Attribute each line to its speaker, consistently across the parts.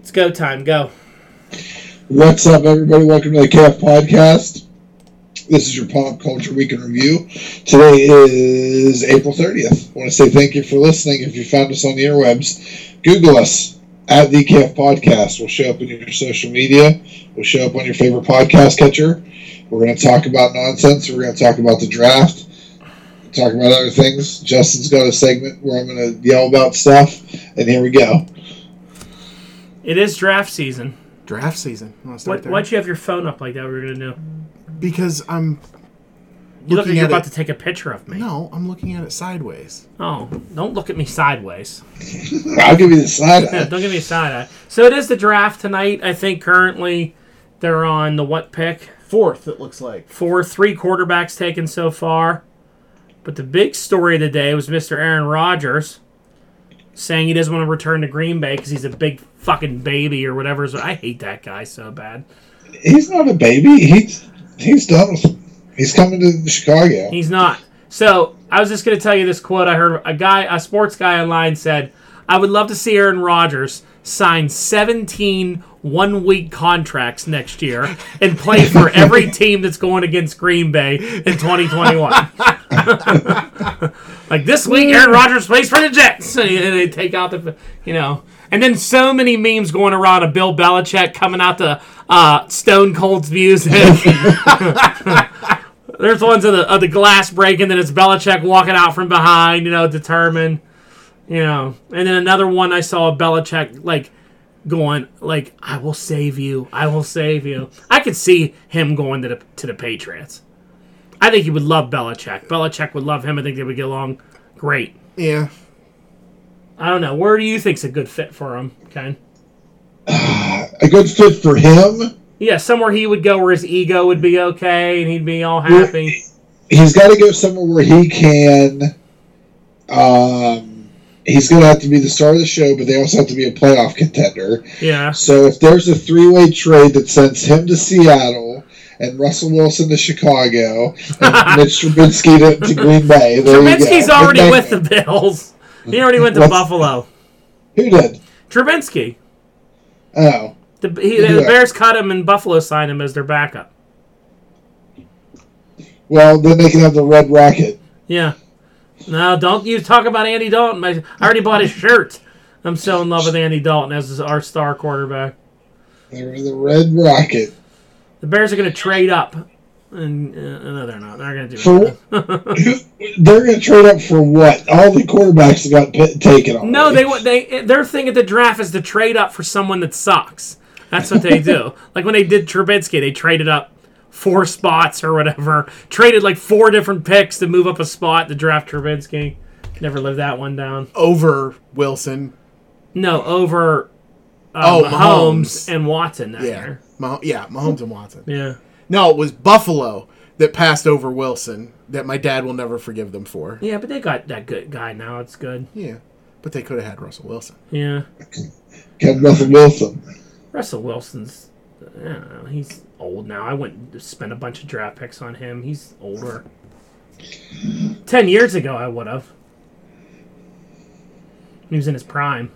Speaker 1: It's go time. Go.
Speaker 2: What's up, everybody? Welcome to the KF Podcast. This is your pop culture week in review. Today is April 30th. I want to say thank you for listening. If you found us on the airwebs, Google us at the KF Podcast. We'll show up in your social media. We'll show up on your favorite podcast catcher. We're going to talk about nonsense. We're going to talk about the draft. Talk about other things. Justin's got a segment where I'm going to yell about stuff, and here we go.
Speaker 1: It is draft season.
Speaker 3: Draft season. Wanna start
Speaker 1: What?
Speaker 3: there?
Speaker 1: Why'd you have your phone up like that? We're gonna do.
Speaker 3: Because I'm
Speaker 1: You look like
Speaker 3: Looking
Speaker 1: you're
Speaker 3: at
Speaker 1: about
Speaker 3: it-
Speaker 1: to take a picture of me.
Speaker 3: no, I'm looking at it sideways.
Speaker 1: Oh, don't look at me sideways.
Speaker 2: I'll give you the side
Speaker 1: Yeah,
Speaker 2: eye.
Speaker 1: don't give me a side eye. So it is the draft tonight. I think currently they're on the what pick?
Speaker 3: Fourth, it looks like.
Speaker 1: Four, three quarterbacks taken so far. But the big story of the day was Mr. Aaron Rodgers saying he doesn't want to return to Green Bay because he's a big fucking baby or whatever. So I hate that guy so bad.
Speaker 2: He's not a baby. He's he's done with. He's coming to Chicago.
Speaker 1: He's not. So I was just going to tell you this quote I heard a guy, a sports guy online said, "I would love to see Aaron Rodgers sign 17 one-week contracts next year and play for every team that's going against Green Bay in 2021." like this week, Aaron Rodgers plays for the Jets, and they take out the, you know. And then so many memes going around of Bill Belichick coming out to uh, Stone Cold's music. There's ones of the of the glass breaking, then it's Belichick walking out from behind, you know, determined, you know. And then another one I saw of Belichick like going like, "I will save you, I will save you." I could see him going to the to the Patriots. I think he would love Belichick. Belichick would love him. I think they would get along great.
Speaker 3: Yeah.
Speaker 1: I don't know. Where do you think's a good fit for him, Ken?
Speaker 2: A good fit for him.
Speaker 1: Yeah, somewhere he would go where his ego would be okay and he'd be all happy.
Speaker 2: He's got to go somewhere where he can. Um, he's going to have to be the star of the show, but they also have to be a playoff contender.
Speaker 1: Yeah.
Speaker 2: So if there's a three-way trade that sends him to Seattle and Russell Wilson to Chicago and Mitch Trubisky to, to Green Bay, there you go.
Speaker 1: Trubisky's already
Speaker 2: Midnight-
Speaker 1: with the Bills. He already went to
Speaker 2: What's-
Speaker 1: Buffalo.
Speaker 2: Who did?
Speaker 1: Trubinsky.
Speaker 2: Oh,
Speaker 1: The, he, the
Speaker 2: Yeah.
Speaker 1: Bears cut him and Buffalo signed him as their backup.
Speaker 2: well then they can have the Red Rocket.
Speaker 1: Yeah. No, don't you talk about Andy Dalton. I I already bought his shirt. I'm so in love with Andy Dalton as our star quarterback.
Speaker 2: They're the Red Rocket.
Speaker 1: The Bears are going to trade up. And uh, no, they're not. They're going to do
Speaker 2: For
Speaker 1: it.
Speaker 2: they're going to trade up for what? All the quarterbacks that got p- taken on.
Speaker 1: No, they want they eh, their thing at the draft is to trade up for someone that sucks. That's what they do. like when they did Trubisky, they traded up four spots or whatever. Traded like four different picks to move up a spot to draft Trubisky. Never lived that one down.
Speaker 3: Over Wilson.
Speaker 1: No, over uh,
Speaker 3: Oh,
Speaker 1: Mahomes,
Speaker 3: Mahomes.
Speaker 1: and Watson that
Speaker 3: Yeah.
Speaker 1: year.
Speaker 3: Mah- yeah, Mahomes and Watson.
Speaker 1: Yeah.
Speaker 3: No, it was Buffalo that passed over Wilson that my dad will never forgive them for.
Speaker 1: Yeah, but they got that good guy now. It's good.
Speaker 3: Yeah. But they could have had Russell Wilson.
Speaker 1: Yeah.
Speaker 2: Got nothing Wilson.
Speaker 1: Russell Wilson's I don't know, he's old now. I wouldn't spend a bunch of draft picks on him. He's older. Ten years ago I would have. He was in his prime.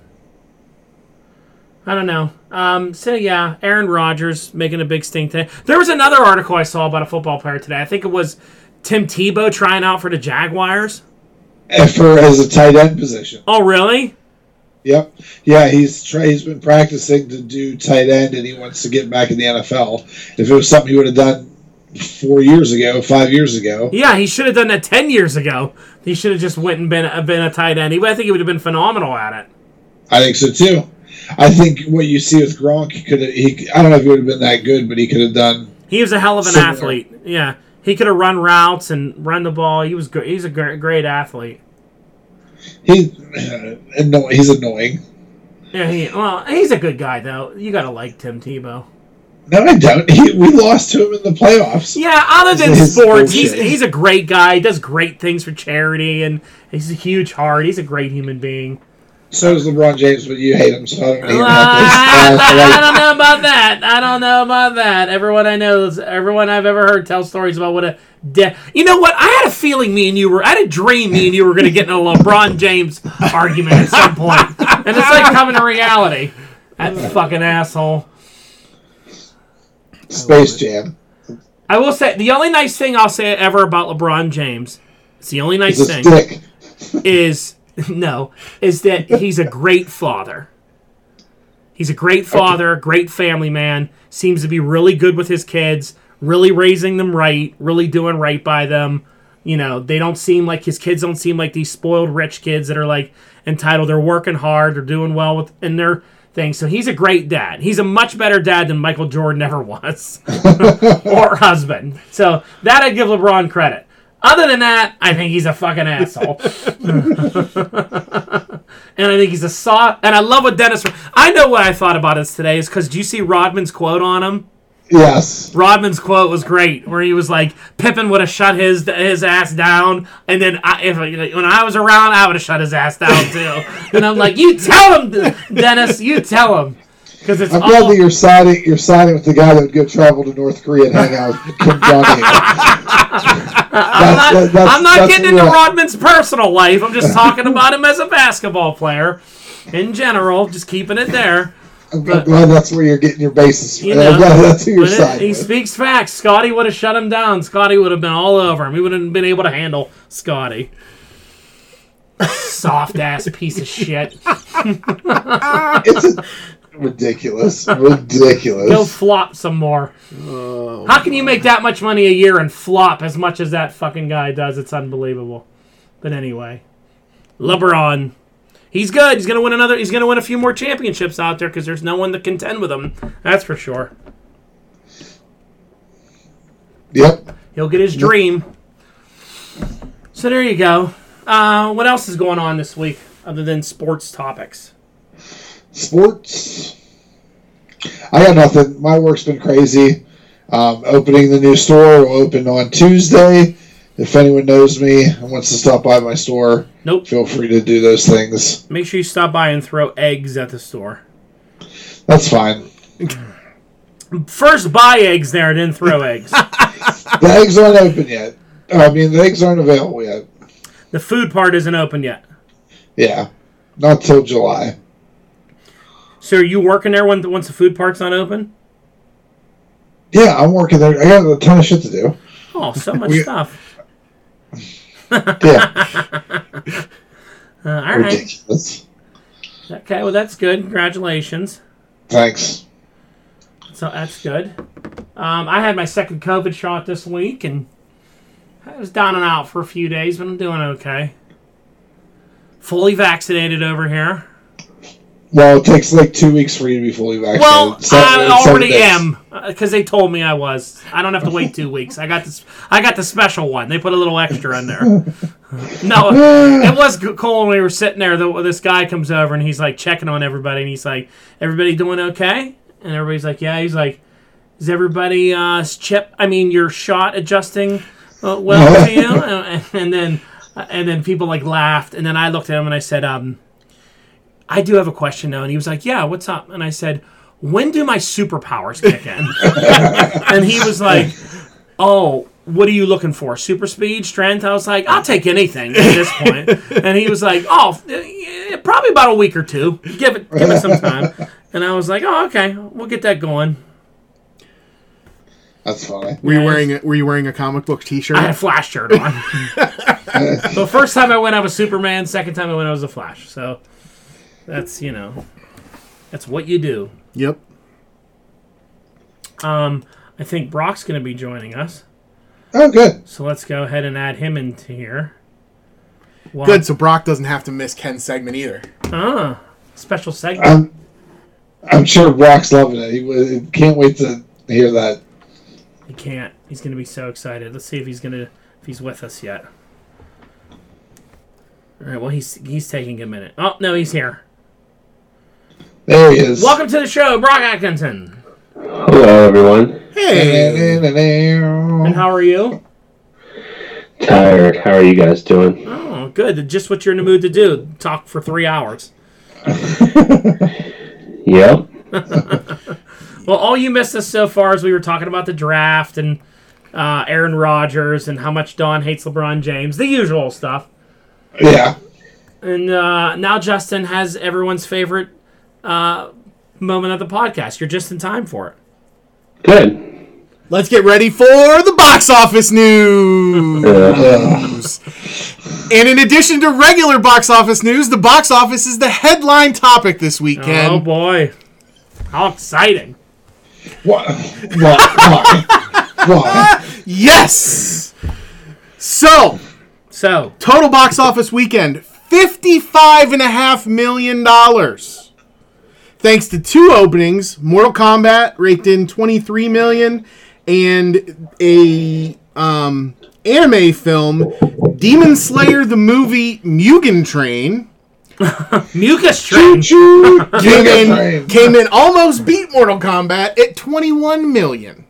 Speaker 1: I don't know. Um, so yeah, Aaron Rodgers making a big stink today. There was another article I saw about a football player today. I think it was Tim Tebow trying out for the Jaguars.
Speaker 2: For as a tight end position.
Speaker 1: Oh really?
Speaker 2: Yep. Yeah, he's try, he's been practicing to do tight end, and he wants to get back in the NFL. If it was something he would have done four years ago, five years ago,
Speaker 1: Yeah, he should have done that ten years ago. He should have just went and been been a tight end. He, I think he would have been phenomenal at it.
Speaker 2: I think so too. I think what you see with Gronk could he I don't know if he would have been that good, but he could have done.
Speaker 1: He was a hell of an
Speaker 2: Similar.
Speaker 1: athlete. Yeah, he could have run routes and run the ball. He was good. He's a gr- great athlete.
Speaker 2: He anno- he's annoying.
Speaker 1: Yeah, he well, he's a good guy though. You gotta like Tim Tebow.
Speaker 2: No, I don't. He, we lost to him in the playoffs.
Speaker 1: Yeah, other than
Speaker 2: This is
Speaker 1: sports, he's
Speaker 2: bullshit.
Speaker 1: he's a great guy. He does great things for charity, and he's a huge heart. He's a great human being.
Speaker 2: So does LeBron James, but you hate him, so I don't need
Speaker 1: Uh,
Speaker 2: him.
Speaker 1: I don't know about that. I don't know about that. Everyone I know, everyone I've ever heard tell stories about what a de- You know what? I had a feeling me and you were. I had a dream me and you were going to get in a LeBron James argument at some point, and it's like coming to reality. That fucking asshole.
Speaker 2: Space Jam.
Speaker 1: I will say the only nice thing I'll say ever about LeBron James. It's the only nice
Speaker 2: It's a
Speaker 1: thing
Speaker 2: stick.
Speaker 1: is no is that he's a great father. He's a great father, great family man. Seems to be really good with his kids, really raising them right, really doing right by them. You know, they don't seem like his kids don't seem like these spoiled rich kids that are like entitled. They're working hard, they're doing well with in their thing. So he's a great dad. He's a much better dad than Michael Jordan ever was or husband. So that I give LeBron credit. Other than that, I think he's a fucking asshole. and I think he's a saw. And I love what Dennis. I know what I thought about this today is because do you see Rodman's quote on him?
Speaker 2: Yes.
Speaker 1: Rodman's quote was great, where he was like, "Pippin would have shut his his ass down, and then I, if when I was around, I would have shut his ass down too." and I'm like, "You tell him, Dennis. You tell him." Because it's
Speaker 2: I'm
Speaker 1: all,
Speaker 2: glad that you're siding you're siding with the guy that would go travel to North Korea and hang out with Kim Jong Un.
Speaker 1: I'm not,
Speaker 2: That- that's-
Speaker 1: I'm not
Speaker 2: that's
Speaker 1: getting into
Speaker 2: what-
Speaker 1: Rodman's personal life. I'm just talking about him as a basketball player in general, just keeping it there.
Speaker 2: I'm,
Speaker 1: but-
Speaker 2: I'm glad that's where you're getting your basis.
Speaker 1: You
Speaker 2: from.
Speaker 1: know,
Speaker 2: I'm glad that's who you're
Speaker 1: But it-
Speaker 2: siding.
Speaker 1: he
Speaker 2: with.
Speaker 1: speaks facts. Scotty would have shut him down. Scotty would have been all over him. He wouldn't have been able to handle Scotty. Soft ass piece of shit.
Speaker 2: It's a, ridiculous, ridiculous.
Speaker 1: Go flop some more. How can you make that much money a year and flop as much as that fucking guy does? It's unbelievable. But anyway, LeBron, he's good. He's gonna win another. He's gonna win a few more championships out there because there's no one to contend with him. That's for sure.
Speaker 2: Yep.
Speaker 1: He'll get his dream. So there you go. Uh, what else is going on this week other than sports topics?
Speaker 2: Sports. I got nothing. My work's been crazy. Um, opening the new store will open on Tuesday. If anyone knows me and wants to stop by my store,
Speaker 1: Nope.
Speaker 2: feel free to do those things.
Speaker 1: Make sure you stop by and throw eggs at the store.
Speaker 2: That's fine.
Speaker 1: First, buy eggs there, then throw eggs.
Speaker 2: The eggs aren't open yet. I mean, the eggs aren't available yet.
Speaker 1: The food part isn't open yet.
Speaker 2: Yeah, not till July.
Speaker 1: So are you working there when, once the food part's not open?
Speaker 2: Yeah, I'm working there. I got a ton of shit to do.
Speaker 1: Oh, so much
Speaker 2: We-
Speaker 1: stuff. Uh,
Speaker 2: Yeah,
Speaker 1: all right.
Speaker 2: ridiculous.
Speaker 1: Okay, well, that's good. Congratulations.
Speaker 2: Thanks.
Speaker 1: So that's good. Um, I had my second COVID shot this week, and I was down and out for a few days, but I'm doing okay. Fully vaccinated over here.
Speaker 2: Well, it takes like two weeks for you to be fully vaccinated.
Speaker 1: Well,
Speaker 2: Seven-
Speaker 1: I
Speaker 2: seven
Speaker 1: already
Speaker 2: days.
Speaker 1: am because they told me I was. I don't have to wait two weeks. I got this. I got the special one. They put a little extra in there. no, it was g- cool when we were sitting there. The, this guy comes over and he's like checking on everybody, and he's like, "Everybody doing okay?" And everybody's like, "Yeah." He's like, "Is everybody uh, s- chip? I mean, your shot adjusting uh, well to you?" And, and then, uh, and then people like laughed, and then I looked at him and I said, um. I do have a question though. And he was like, Yeah, what's up? And I said, When do my superpowers kick in? and he was like, Oh, what are you looking for? Super speed, strength? I was like, I'll take anything at this point. and he was like, Oh, eh, probably about a week or two. Give it, give it some time. And I was like, Oh, okay, we'll get that going.
Speaker 2: That's funny.
Speaker 3: Were you
Speaker 1: Yes.
Speaker 3: wearing a, Were you wearing a comic book T-shirt?
Speaker 1: I had a flash shirt on. the first time I went, I was Superman. Second time I went, I was a Flash. So that's you know, that's what you do.
Speaker 3: Yep.
Speaker 1: Um, I think Brock's going to be joining us,
Speaker 2: Oh, good.
Speaker 1: so let's go ahead and add him into here. Wow.
Speaker 3: Good. So Brock doesn't have to miss Ken's segment either.
Speaker 1: Ah, special segment.
Speaker 2: I'm, I'm sure Brock's loving it. He wa- can't wait to hear that.
Speaker 1: he can't. He's going to be so excited. Let's see if he's going to if he's with us yet. All right. Well, he's he's taking a minute. Oh no, he's here.
Speaker 2: There he is.
Speaker 1: Welcome to the show, Brock Atkinson.
Speaker 4: Hello, everyone.
Speaker 3: Hey.
Speaker 1: And how are you?
Speaker 4: Tired. How are you guys doing?
Speaker 1: Oh, good. Just what you're in the mood to do. Talk for three hours.
Speaker 4: Yep.
Speaker 1: Well, all you missed us so far is we were talking about the draft and uh, Aaron Rodgers and how much Don hates LeBron James, the usual stuff.
Speaker 2: Yeah.
Speaker 1: And uh, now Justin has everyone's favorite uh, moment of the podcast. You're just in time for it.
Speaker 4: Good.
Speaker 3: Let's get ready for the box office news.
Speaker 4: Uh,
Speaker 3: and in addition to regular box office news, the box office is the headline topic this weekend.
Speaker 1: Oh boy, how exciting!
Speaker 2: Why? Why? Why? Why?
Speaker 3: Yes. So,
Speaker 1: So
Speaker 3: total box office weekend, $55.5 million. Thanks to two openings, Mortal Kombat raked in 23 million and a um, anime film, Demon Slayer the movie Mugen Train.
Speaker 1: mucus train.
Speaker 3: Came in,
Speaker 2: Train.
Speaker 3: came in almost beat Mortal Kombat at 21 million.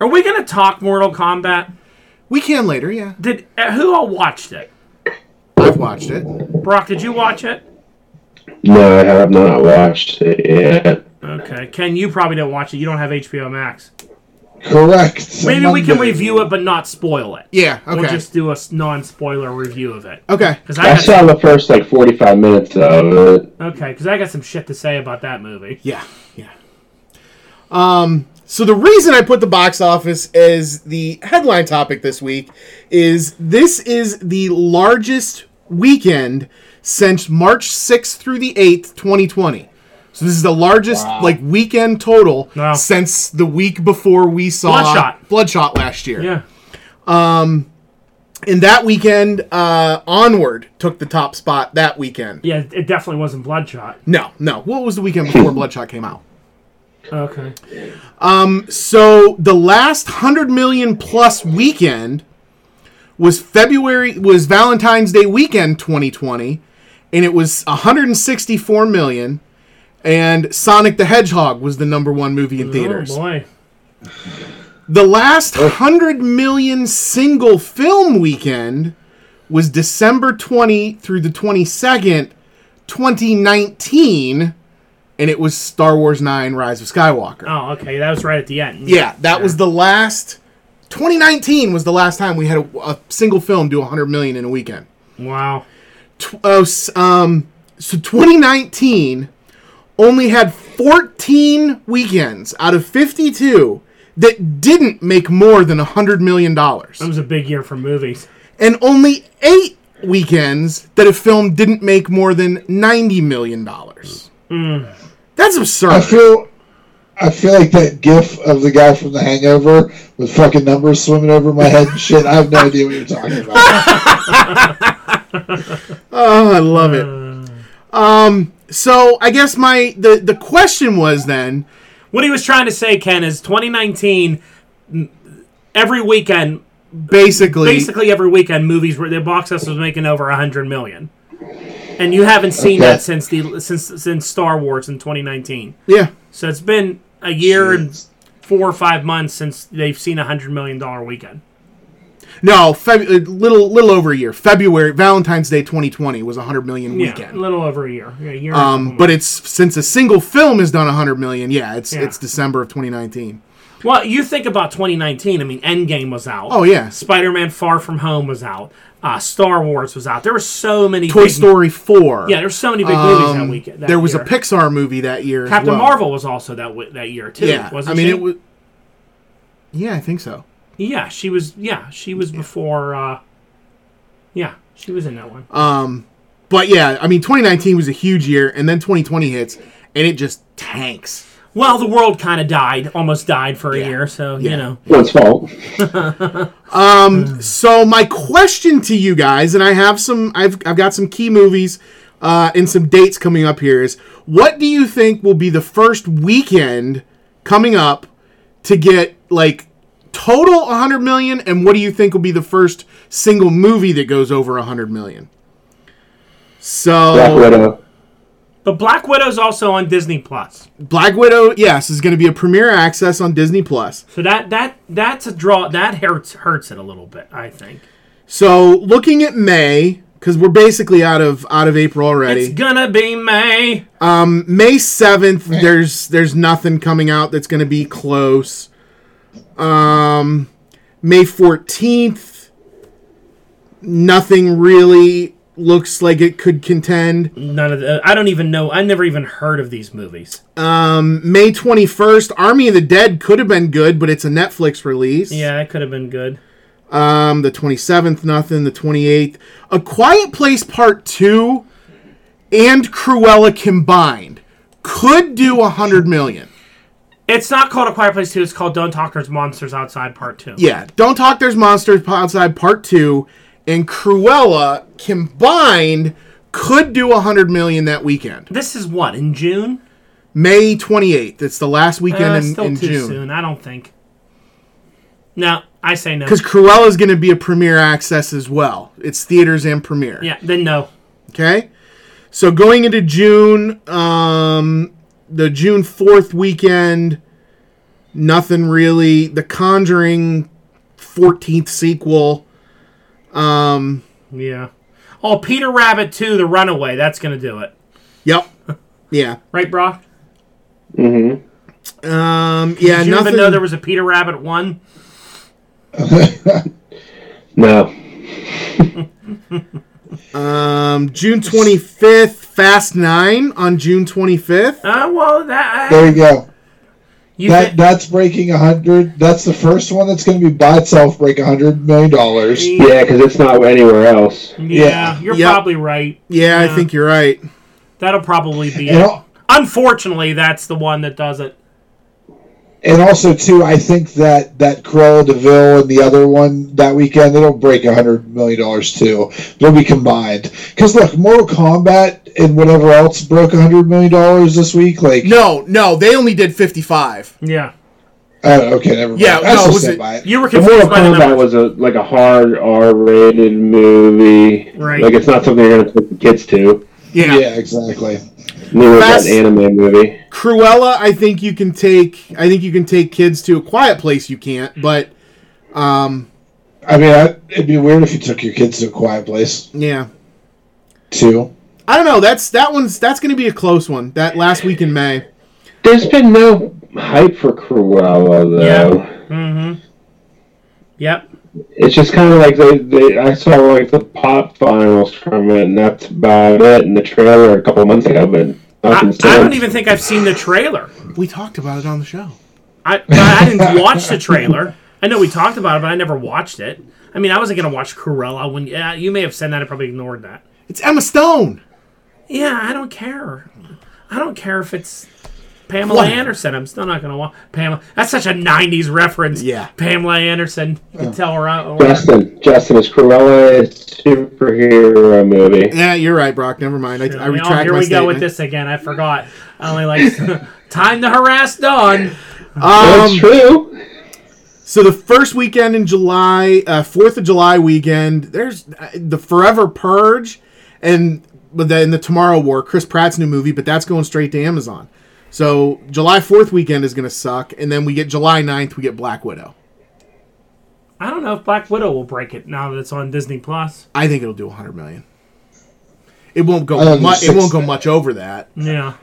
Speaker 1: Are we gonna talk Mortal Kombat?
Speaker 3: We can later, yeah.
Speaker 1: Did uh, who all watched it?
Speaker 3: I've watched it.
Speaker 1: Brock, did you watch it?
Speaker 4: no, I have not watched it yet.
Speaker 1: Okay, Ken, you probably didn't watch it. You don't have HBO Max.
Speaker 2: Correct.
Speaker 1: Maybe we can
Speaker 2: Monday.
Speaker 1: review it, but not spoil it.
Speaker 3: Yeah, okay.
Speaker 1: We'll just do a non-spoiler review of it.
Speaker 3: okay.
Speaker 1: Because
Speaker 4: I
Speaker 1: I got,
Speaker 4: saw the first like 45 minutes of it.
Speaker 1: okay, 'cause I got some shit to say about that movie.
Speaker 3: Yeah, yeah. Um, so the reason I put the box office as the headline topic this week is this is the largest weekend since March 6th through the 8th, 2020. So this is the largest like weekend total
Speaker 1: Wow.
Speaker 3: since the week before we saw
Speaker 1: Bloodshot.
Speaker 3: Bloodshot last year.
Speaker 1: Yeah.
Speaker 3: And that weekend, uh, Onward took the top spot that weekend.
Speaker 1: Yeah, it definitely wasn't Bloodshot.
Speaker 3: No, no. What was the weekend before Bloodshot came out?
Speaker 1: Okay.
Speaker 3: So the last hundred million plus weekend was February was Valentine's Day weekend 2020, and it was 164 million. And Sonic the Hedgehog was the number one movie in theaters.
Speaker 1: Oh boy.
Speaker 3: the last hundred million single film weekend was December 20 through the 22nd, 2019, and it was Star Wars 9: Rise of Skywalker.
Speaker 1: Oh, okay. That was right at the end.
Speaker 3: Yeah, that was the last. 2019 was the last time we had a, a single film do 100 million in a weekend.
Speaker 1: Wow.
Speaker 3: Tw- oh, s- um, so 2019 only had 14 weekends out of 52 that didn't make more than 100 million dollars,
Speaker 1: It was a big year for movies.
Speaker 3: and only eight weekends that a film didn't make more than 90 million dollars. That's
Speaker 2: I
Speaker 3: absurd.
Speaker 2: feel. I feel like that gif of the guy from The Hangover with fucking numbers swimming over my head and shit. I have no idea what you're talking about.
Speaker 3: Oh, I love it. Um, so I guess my the the question was then.
Speaker 1: What he was trying to say, Ken, is 2019. m- Every weekend,
Speaker 3: basically,
Speaker 1: basically every weekend, movies were the box office was making over 100 million, and you haven't seen
Speaker 2: Okay.
Speaker 1: that since the since since Star Wars in 2019.
Speaker 3: yeah
Speaker 1: So it's been a year and four or five months since they've seen a hundred million dollar weekend.
Speaker 3: no Feb- uh, little little over a year february valentine's day 2020 was a 100 million
Speaker 1: Yeah,
Speaker 3: weekend
Speaker 1: a little over a year. Yeah, a year.
Speaker 3: um, but it's since a single film has done 100 million yeah it's
Speaker 1: Yeah.
Speaker 3: it's december of 2019
Speaker 1: well, you think about 2019. I mean, Endgame was out.
Speaker 3: oh yeah
Speaker 1: Spider-Man: Far From Home was out. Uh, Star Wars was out. There were so many.
Speaker 3: toy
Speaker 1: big,
Speaker 3: story 4
Speaker 1: Yeah, there were so many big movies that
Speaker 3: Um,
Speaker 1: weekend. that
Speaker 3: there was
Speaker 1: year.
Speaker 3: a pixar movie that year as
Speaker 1: Captain
Speaker 3: well.
Speaker 1: Marvel was also that w- that year too.
Speaker 3: yeah
Speaker 1: wasn't
Speaker 3: i mean
Speaker 1: she?
Speaker 3: it was yeah i think so
Speaker 1: Yeah, she was. Yeah, she was before. Uh, yeah, she was in that one.
Speaker 3: Um, but yeah i mean 2019 was a huge year and then 2020 hits and it just tanks
Speaker 1: well, the world kind of died, almost died for a
Speaker 3: Yeah.
Speaker 1: year. So
Speaker 3: Yeah.
Speaker 1: you know,
Speaker 4: No, it's fault.
Speaker 3: Um, So my question to you guys, and I have some, I've, I've got some key movies uh, and some dates coming up here. Is what do you think will be the first weekend coming up to get like total 100 million, and what do you think will be the first single movie that goes over 100 million? So
Speaker 4: Black Widow.
Speaker 1: but Black Widow's also on Disney Plus.
Speaker 3: Black Widow, yes, is going to be a premiere access on Disney Plus.
Speaker 1: So that that that's a draw. That hurts hurts it a little bit. I think
Speaker 3: So looking at May, because we're basically out of out of April already.
Speaker 1: it's gonna be May.
Speaker 3: May 7th, there's there's nothing coming out that's going to be close. Um May 14th, nothing really. looks like it could contend.
Speaker 1: None of the, I don't even know. I never even heard of these movies.
Speaker 3: Um, May 21st, Army of the Dead could have been good, but it's a Netflix release.
Speaker 1: Yeah, that could have been good.
Speaker 3: Um, the 27th, nothing. The 28th, A Quiet Place Part 2 and Cruella combined could do 100 million.
Speaker 1: It's not called A Quiet Place 2. It's called Don't Talk There's Monsters Outside Part 2.
Speaker 3: Yeah, Don't Talk There's Monsters Outside Part 2 and Cruella combined could do 100 million that weekend.
Speaker 1: This is what, in June?
Speaker 3: May 28th, it's the last weekend
Speaker 1: Uh,
Speaker 3: in,
Speaker 1: still
Speaker 3: in
Speaker 1: too
Speaker 3: June.
Speaker 1: soon. I don't think. No, I say no.
Speaker 3: Because Cruella's going to be a premiere access as well. It's theaters and premiere.
Speaker 1: Yeah, then no.
Speaker 3: Okay. So going into June, um, the June 4th weekend, nothing really. The Conjuring 14th sequel. um,
Speaker 1: Yeah. Oh, Peter Rabbit 2, The Runaway. That's going to do it.
Speaker 3: Yep. Yeah.
Speaker 1: Right, brah?
Speaker 4: Mm-hmm.
Speaker 3: Um, yeah,
Speaker 1: Did you
Speaker 3: nothing.
Speaker 1: even know there was a Peter Rabbit 1?
Speaker 4: No.
Speaker 3: um, June 25th, Fast 9 on June 25th.
Speaker 1: Uh, well, that.
Speaker 2: There you go.
Speaker 1: you
Speaker 2: That
Speaker 1: thi-
Speaker 2: that's breaking a hundred. That's the first one that's going to be by itself break a hundred million dollars.
Speaker 4: Yeah, because it's not anywhere else.
Speaker 1: yeah,
Speaker 2: yeah.
Speaker 1: you're
Speaker 3: Yep.
Speaker 1: probably right.
Speaker 3: Yeah,
Speaker 1: Yeah.
Speaker 3: I think you're right.
Speaker 1: That'll probably be
Speaker 2: And,
Speaker 1: it.
Speaker 2: al-
Speaker 1: Unfortunately, that's the one that does it.
Speaker 2: and also too, I think that that Cruella Deville and the other one that weekend they don't break a hundred million dollars too. They'll be combined because look, Mortal Kombat and whatever else broke a hundred million dollars this week. Like
Speaker 3: No, no, they only did 55.
Speaker 1: Yeah.
Speaker 2: oh, okay, never mind.
Speaker 3: Yeah,
Speaker 2: I
Speaker 3: no,
Speaker 2: still
Speaker 3: was
Speaker 2: stand
Speaker 3: it-
Speaker 2: by it.
Speaker 1: You were
Speaker 4: The Mortal
Speaker 1: confused by the
Speaker 4: Kombat
Speaker 1: numbers.
Speaker 4: was a like a hard R-rated movie.
Speaker 1: Right.
Speaker 4: Like it's not something you're gonna take the kids to.
Speaker 2: Yeah, exactly.
Speaker 4: Neither was
Speaker 3: Fast-
Speaker 4: that anime movie.
Speaker 3: Cruella, I think you can take. I think you can take kids to a quiet place. You can't, but um,
Speaker 2: I mean, I, it'd be weird if you took your kids to a quiet place
Speaker 3: yeah,
Speaker 2: too.
Speaker 3: I don't know. That's that one's that's going to be a close one. That last week in May.
Speaker 4: There's been no hype for Cruella though.
Speaker 1: Mm-hmm. Yep.
Speaker 4: It's just kind of like they, they. I saw like the pop finals from it, and that's about it. And the trailer a couple months ago, but
Speaker 1: I,
Speaker 4: nothing
Speaker 1: I don't
Speaker 4: since.
Speaker 1: even think I've seen the trailer.
Speaker 3: We talked about it on the show.
Speaker 1: I, but I didn't watch the trailer. I know we talked about it, but I never watched it. I mean, I wasn't gonna watch Cruella when yeah, you may have said that. I probably ignored that.
Speaker 3: It's Emma Stone.
Speaker 1: Yeah, I don't care. I don't care if it's Pamela
Speaker 3: What?
Speaker 1: Anderson. I'm still not gonna watch Pamela. That's such a '90s reference.
Speaker 3: Yeah.
Speaker 1: Pamela Anderson. You can tell her oh, out.
Speaker 4: Justin, Justin is Cruella a superhero movie?
Speaker 3: Yeah, you're right, Brock. Never mind. I, I
Speaker 1: Oh,
Speaker 3: retract
Speaker 1: here
Speaker 3: my
Speaker 1: we
Speaker 3: statement.
Speaker 1: go with this again. I forgot. I only like time to harass Dawn.
Speaker 4: That's
Speaker 3: Um,
Speaker 4: true.
Speaker 3: so the first weekend in July, uh, Fourth of July weekend, there's uh, the Forever Purge, and but then the Tomorrow War, Chris Pratt's new movie, but that's going straight to Amazon. So July Fourth weekend is going to suck, and then we get July 9th, we get Black Widow.
Speaker 1: I don't know if Black Widow will break it now that it's on Disney Plus.
Speaker 3: I think it'll do 100 million. It won't
Speaker 2: I
Speaker 3: go
Speaker 2: don't
Speaker 3: mu-
Speaker 2: think
Speaker 3: it won't
Speaker 2: so.
Speaker 3: go much over that.
Speaker 1: Yeah.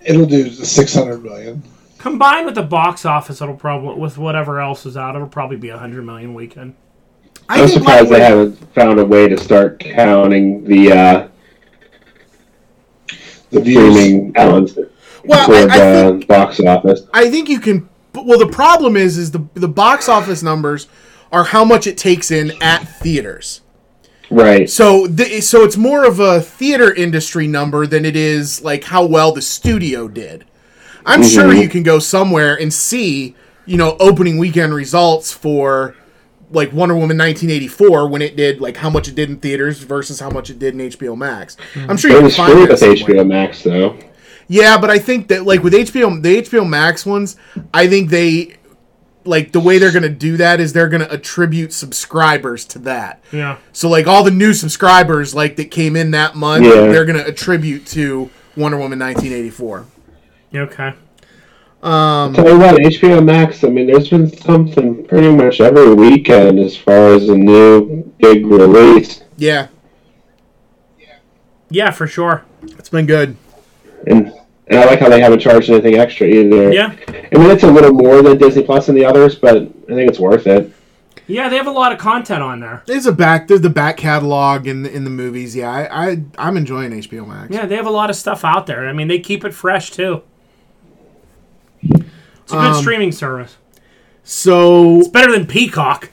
Speaker 2: It'll do six hundred million.
Speaker 1: Combined with the box office, it'll probably with whatever else is out, it'll probably be a hundred million weekend.
Speaker 3: I
Speaker 4: I'm
Speaker 3: think Black
Speaker 4: surprised they
Speaker 3: Widow-
Speaker 4: haven't found a way to start counting the uh,
Speaker 2: The views.
Speaker 4: streaming balance
Speaker 3: Well,
Speaker 4: for
Speaker 3: I- I
Speaker 4: the
Speaker 3: think-
Speaker 4: box office.
Speaker 3: I think you can but- well the problem is is the the box office numbers are how much it takes in at theaters.
Speaker 4: Right.
Speaker 3: So the, so it's more of a theater industry number than it is like how well the studio did. I'm
Speaker 4: Mm-hmm.
Speaker 3: sure you can go somewhere and see, you know, opening weekend results for like Wonder Woman 1984 when it did like how much it did in theaters versus how much it did in HBO Max. I'm sure you
Speaker 4: It
Speaker 3: can
Speaker 4: was
Speaker 3: find
Speaker 4: screwed
Speaker 3: that
Speaker 4: with
Speaker 3: somewhere.
Speaker 4: HBO Max though.
Speaker 3: Yeah, but I think that like with HBO, the HBO Max ones, I think they like the way they're gonna do that is they're gonna attribute subscribers to that.
Speaker 1: Yeah.
Speaker 3: So like all the new subscribers like that came in that month,
Speaker 4: Yeah.
Speaker 3: they're gonna attribute to Wonder Woman 1984.
Speaker 1: Okay.
Speaker 3: Um,
Speaker 4: Tell you what, HBO Max. I mean, there's been something pretty much every weekend as far as a new big release,
Speaker 3: Yeah,
Speaker 1: Yeah, for sure.
Speaker 3: it's been good.
Speaker 4: and and I like how they haven't charged anything extra either.
Speaker 1: Yeah.
Speaker 4: I mean, it's a little more than Disney Plus and the others, but I think it's worth it.
Speaker 1: Yeah, they have a lot of content on there.
Speaker 3: There's a back. There's the back catalog in the, in the movies. Yeah, I, I I'm enjoying HBO Max.
Speaker 1: Yeah, they have a lot of stuff out there. I mean, they keep it fresh too. It's a
Speaker 3: Um,
Speaker 1: good streaming service.
Speaker 3: So
Speaker 1: It's better than Peacock.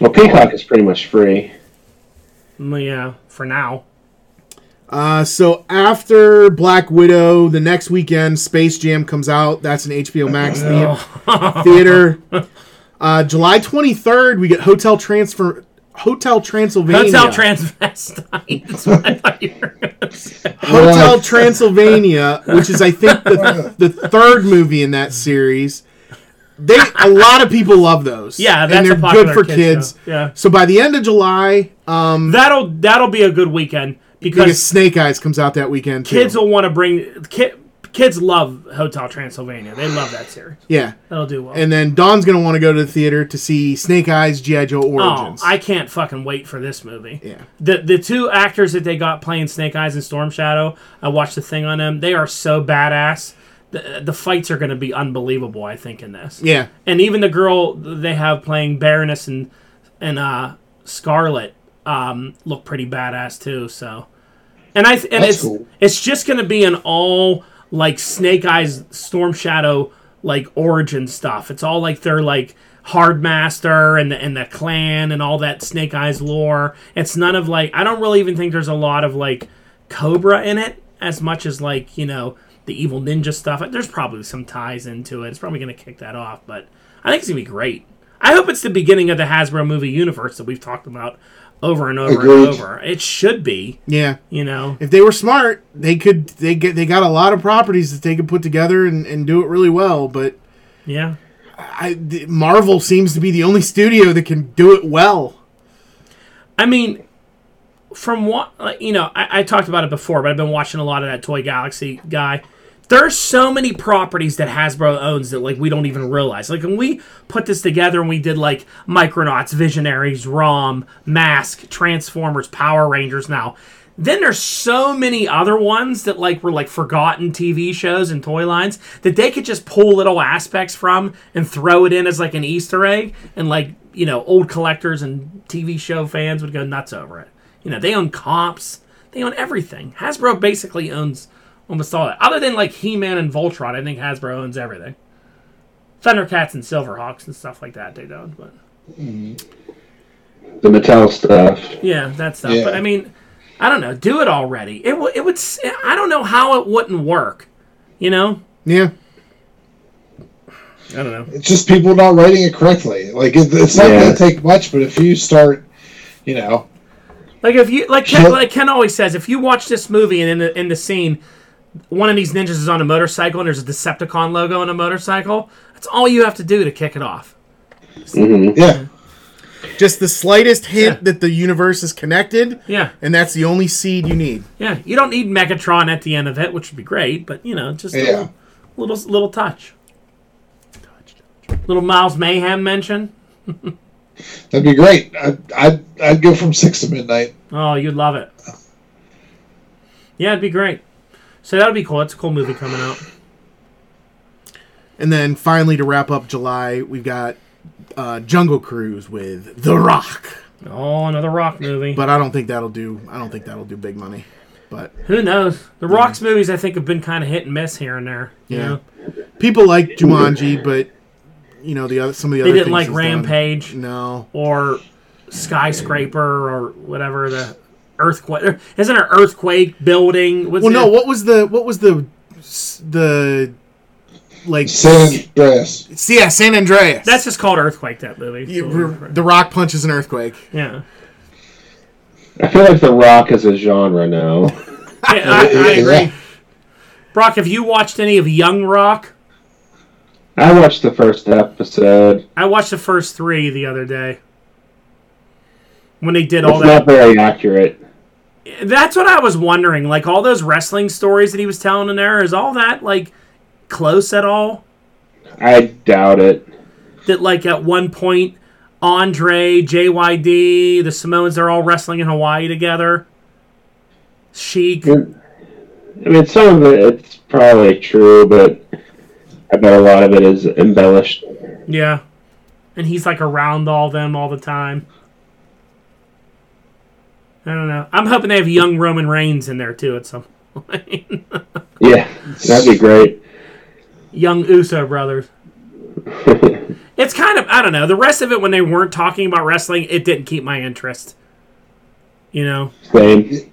Speaker 4: Well, Peacock is pretty much free.
Speaker 1: Mm, Yeah, for now.
Speaker 3: uh, so after Black Widow, the next weekend Space Jam comes out. That's an HBO Max thea- theater. Uh, July 23rd, we get Hotel Transfer. Hotel Transylvania.
Speaker 1: Hotel Transvestite. That's what I thought you were gonna say.
Speaker 3: Hotel Transylvania, which is I think the, the third movie in that series. They a lot of people love those.
Speaker 1: Yeah, that's
Speaker 3: and they're
Speaker 1: a popular
Speaker 3: good for
Speaker 1: kids
Speaker 3: kids.
Speaker 1: show. Yeah.
Speaker 3: So by the end of July, um,
Speaker 1: That'll that'll be a good weekend
Speaker 3: because
Speaker 1: because
Speaker 3: Snake Eyes comes out that weekend. Too.
Speaker 1: kids will want to bring ki- kids love Hotel Transylvania. They love that series.
Speaker 3: yeah,
Speaker 1: That'll do well.
Speaker 3: and then Don's gonna want to go to the theater to see Snake Eyes GI Joe
Speaker 1: oh,
Speaker 3: Origins.
Speaker 1: I can't fucking wait for this movie.
Speaker 3: yeah,
Speaker 1: The the two actors that they got playing Snake Eyes and Storm Shadow, I watched the thing on them. They are so badass. The, the fights are going to be unbelievable. I think in this.
Speaker 3: yeah,
Speaker 1: and even the girl they have playing Baroness and and uh, Scarlet um, look pretty badass too. So, and I th- and
Speaker 2: That's
Speaker 1: it's
Speaker 2: cool.
Speaker 1: it's just gonna be an all like Snake Eyes, Storm Shadow like origin stuff. It's all like they're like Hardmaster and the and the clan and all that Snake Eyes lore. It's none of like I don't really even think there's a lot of like Cobra in it as much as like you know the evil ninja stuff. There's probably some ties into it. It's probably gonna kick that off, but I think it's gonna be great. I hope it's the beginning of the Hasbro movie universe that we've talked about over and over
Speaker 2: Agreed.
Speaker 1: and over. It should be,
Speaker 3: yeah.
Speaker 1: you know.
Speaker 3: If they were smart, they could they get they got a lot of properties that they could put together and, and do it really well. But
Speaker 1: Yeah.
Speaker 3: I th- Marvel seems to be the only studio that can do it well.
Speaker 1: I mean, from what like, you know, I, I talked about it before, but I've been watching a lot of that Toy Galaxy guy. There's so many properties that Hasbro owns that like we don't even realize. Like when we put this together and we did like Micronauts, Visionaries, ROM, Mask, Transformers, Power Rangers. Now, then there's so many other ones that like were like forgotten TV shows and toy lines that they could just pull little aspects from and throw it in as like an Easter egg and like you know old collectors and TV show fans would go nuts over it. You know they own comps, they own everything. Hasbro basically owns almost all that, other than like He-Man and Voltron. I think Hasbro owns everything. Thundercats and Silverhawks and stuff like that they don't. But
Speaker 4: The Mattel stuff.
Speaker 1: yeah, that stuff.
Speaker 2: Yeah.
Speaker 1: But I mean, I don't know. Do it already. It w- it would. s- I don't know how it wouldn't work. You know.
Speaker 3: Yeah.
Speaker 1: I don't know.
Speaker 2: It's just people not writing it correctly. Like it, it's not
Speaker 4: Yeah.
Speaker 2: going to take much, but if you start, you know,
Speaker 1: Like if you like Ken,
Speaker 2: Sure.
Speaker 1: like Ken always says, if you watch this movie and in the in the scene, one of these ninjas is on a motorcycle and there's a Decepticon logo on a motorcycle. That's all you have to do to kick it off.
Speaker 2: yeah,
Speaker 3: Just the slightest hint that the universe is connected,
Speaker 1: Yeah,
Speaker 3: and that's the only seed you need.
Speaker 1: yeah. You don't need Megatron at the end of it, which would be great, but you know, just a
Speaker 2: yeah.
Speaker 1: little, little little touch. Little Miles Mayhem mention.
Speaker 2: That'd be great. I'd, I'd, I'd go from six to midnight.
Speaker 1: Oh, you'd love it. Yeah, it'd be great. So that'd be cool. It's a cool movie coming out.
Speaker 3: And then finally, to wrap up July, we've got uh, Jungle Cruise with The Rock.
Speaker 1: Oh, another Rock movie.
Speaker 3: But I don't think that'll do. I don't think that'll do big money. But
Speaker 1: Who knows? The Rock's movies, I think, have been kind of hit and miss here and there. You
Speaker 3: Yeah.
Speaker 1: know,
Speaker 3: people like Jumanji, but you know the other some of the
Speaker 1: they
Speaker 3: other
Speaker 1: didn't
Speaker 3: things
Speaker 1: like
Speaker 3: he's
Speaker 1: Rampage
Speaker 3: Done. No,
Speaker 1: or Skyscraper or whatever the earthquake. Isn't an earthquake building? What's
Speaker 3: well, no.
Speaker 1: it?
Speaker 3: What was the what was the the like?
Speaker 2: San Andreas.
Speaker 3: yeah, San Andreas.
Speaker 1: that's just called Earthquake. That movie.
Speaker 3: Yeah, r- the Rock punches an earthquake.
Speaker 1: yeah.
Speaker 4: I feel like The Rock is a genre now.
Speaker 1: Yeah, I, I
Speaker 2: Yeah.
Speaker 1: agree. Brock, have you watched any of Young Rock?
Speaker 4: I watched the first episode.
Speaker 1: I watched the first three the other day. When they did all
Speaker 4: It's
Speaker 1: that
Speaker 4: not very accurate.
Speaker 1: That's what I was wondering. Like all those wrestling stories that he was telling in there, is all that like close at all?
Speaker 4: I doubt it.
Speaker 1: That like at one point, Andre, JYD, the Samoans, they're all wrestling in Hawaii together. Sheik.
Speaker 4: I mean, some of it, it's probably true, but I bet a lot of it is embellished.
Speaker 1: Yeah. and he's like around all them all the time. I don't know. I'm hoping they have young Roman Reigns in there too at some point.
Speaker 4: Yeah, that'd be great.
Speaker 1: young Uso brothers. It's kind of I don't know. The rest of it when they weren't talking about wrestling, it didn't keep my interest. You know,
Speaker 4: Same.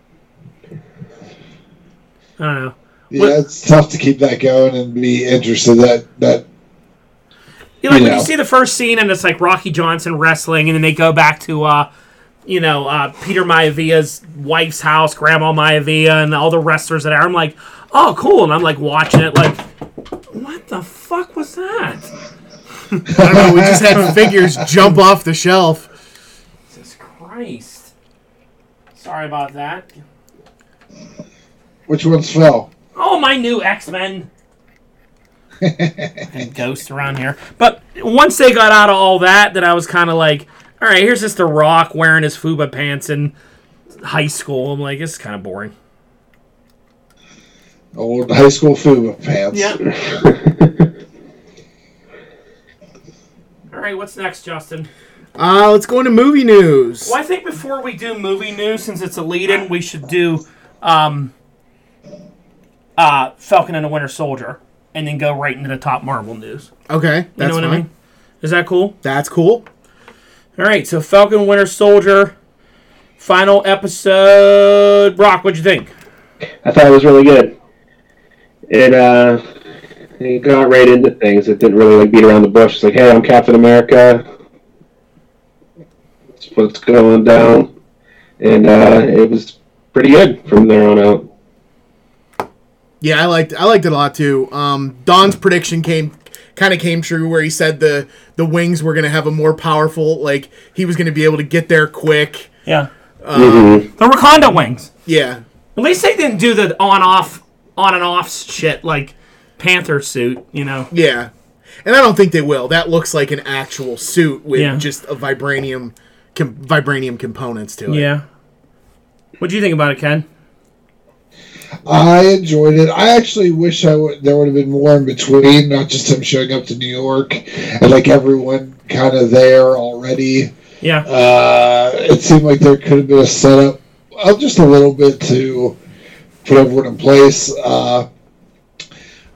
Speaker 1: I don't know.
Speaker 2: Yeah,
Speaker 1: What-
Speaker 2: it's tough to keep that going and be interested. That that
Speaker 1: You know, like when
Speaker 2: You
Speaker 1: you
Speaker 2: know.
Speaker 1: see the first scene and it's like Rocky Johnson wrestling, and then they go back to, uh, you know, uh, Peter Maivia's wife's house, Grandma Maivia, and all the wrestlers that are. I'm like, oh, cool, and I'm like watching it, like, what the fuck was that?
Speaker 3: I don't know. We just had figures jump off the shelf.
Speaker 1: Jesus Christ! Sorry about that.
Speaker 2: which ones fell?
Speaker 1: Oh, my new X Men. and ghosts around here. But once they got out of all that, then I was kind of like, all right, here's just The Rock wearing his Fuba pants in high school. I'm like, it's kind of boring.
Speaker 2: Old high school FUBA pants.
Speaker 1: all right, what's next, Justin?
Speaker 3: Uh, let's go into movie news.
Speaker 1: Well, I think before we do movie news, since it's a lead-in, we should do um, uh, Falcon and the Winter Soldier, and then go right into the top Marvel news.
Speaker 3: Okay,
Speaker 1: You
Speaker 3: that's
Speaker 1: know what
Speaker 3: fine.
Speaker 1: I mean? Is that cool?
Speaker 3: That's cool.
Speaker 1: All right, so Falcon Winter Soldier, final episode. Brock, what'd you think?
Speaker 4: I thought it was really good. It uh, it got right into things. It didn't really like beat around the bush. It's like, hey, I'm Captain America. That's what's going down, and uh, it was pretty good from there on out.
Speaker 3: Yeah, I liked I liked it a lot too. Um, Don's prediction came kind of came true where he said the the wings were gonna have a more powerful like he was gonna be able to get there quick.
Speaker 1: Yeah,
Speaker 4: Mhm.
Speaker 1: the Wakanda wings.
Speaker 3: Yeah,
Speaker 1: At least they didn't do the on-off, on and off shit like Panther suit. You know.
Speaker 3: yeah, and I don't think they will. That looks like an actual suit with
Speaker 1: Yeah.
Speaker 3: just a vibranium com- vibranium components to it.
Speaker 1: Yeah. What'd you think about it, Ken?
Speaker 2: I enjoyed it. I actually wish I would. There would have been more in between, not just him showing up to New York and like everyone kind of there already.
Speaker 1: Yeah.
Speaker 2: Uh, it seemed like there could have been a setup, uh, just a little bit to put everyone in place. Uh,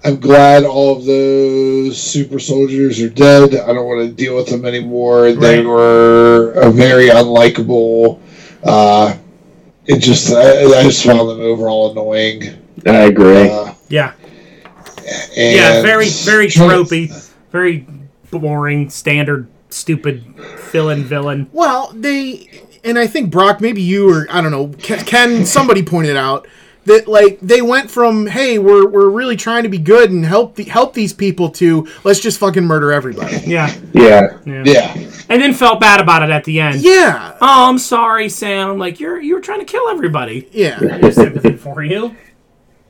Speaker 2: I'm glad all of those super soldiers are dead. I don't want to deal with them anymore. They
Speaker 1: Right.
Speaker 2: were a very unlikable. Uh, it just, I, I just found them overall annoying.
Speaker 4: I agree.
Speaker 2: Uh,
Speaker 1: yeah.
Speaker 2: and
Speaker 1: Yeah. Very, very tropey. Very boring, standard, stupid, fill-in villain.
Speaker 3: Well, they and I think Brock, maybe you or I don't know, Ken, Ken somebody pointed out that like they went from hey we're we're really trying to be good and help the, help these people to let's just fucking murder everybody.
Speaker 1: Yeah.
Speaker 4: yeah,
Speaker 1: yeah.
Speaker 2: Yeah,
Speaker 1: And then felt bad about it at the end.
Speaker 3: Yeah,
Speaker 1: Oh, I'm sorry, Sam. I'm like, you're you were trying to kill everybody.
Speaker 3: yeah.
Speaker 1: No sympathy for you.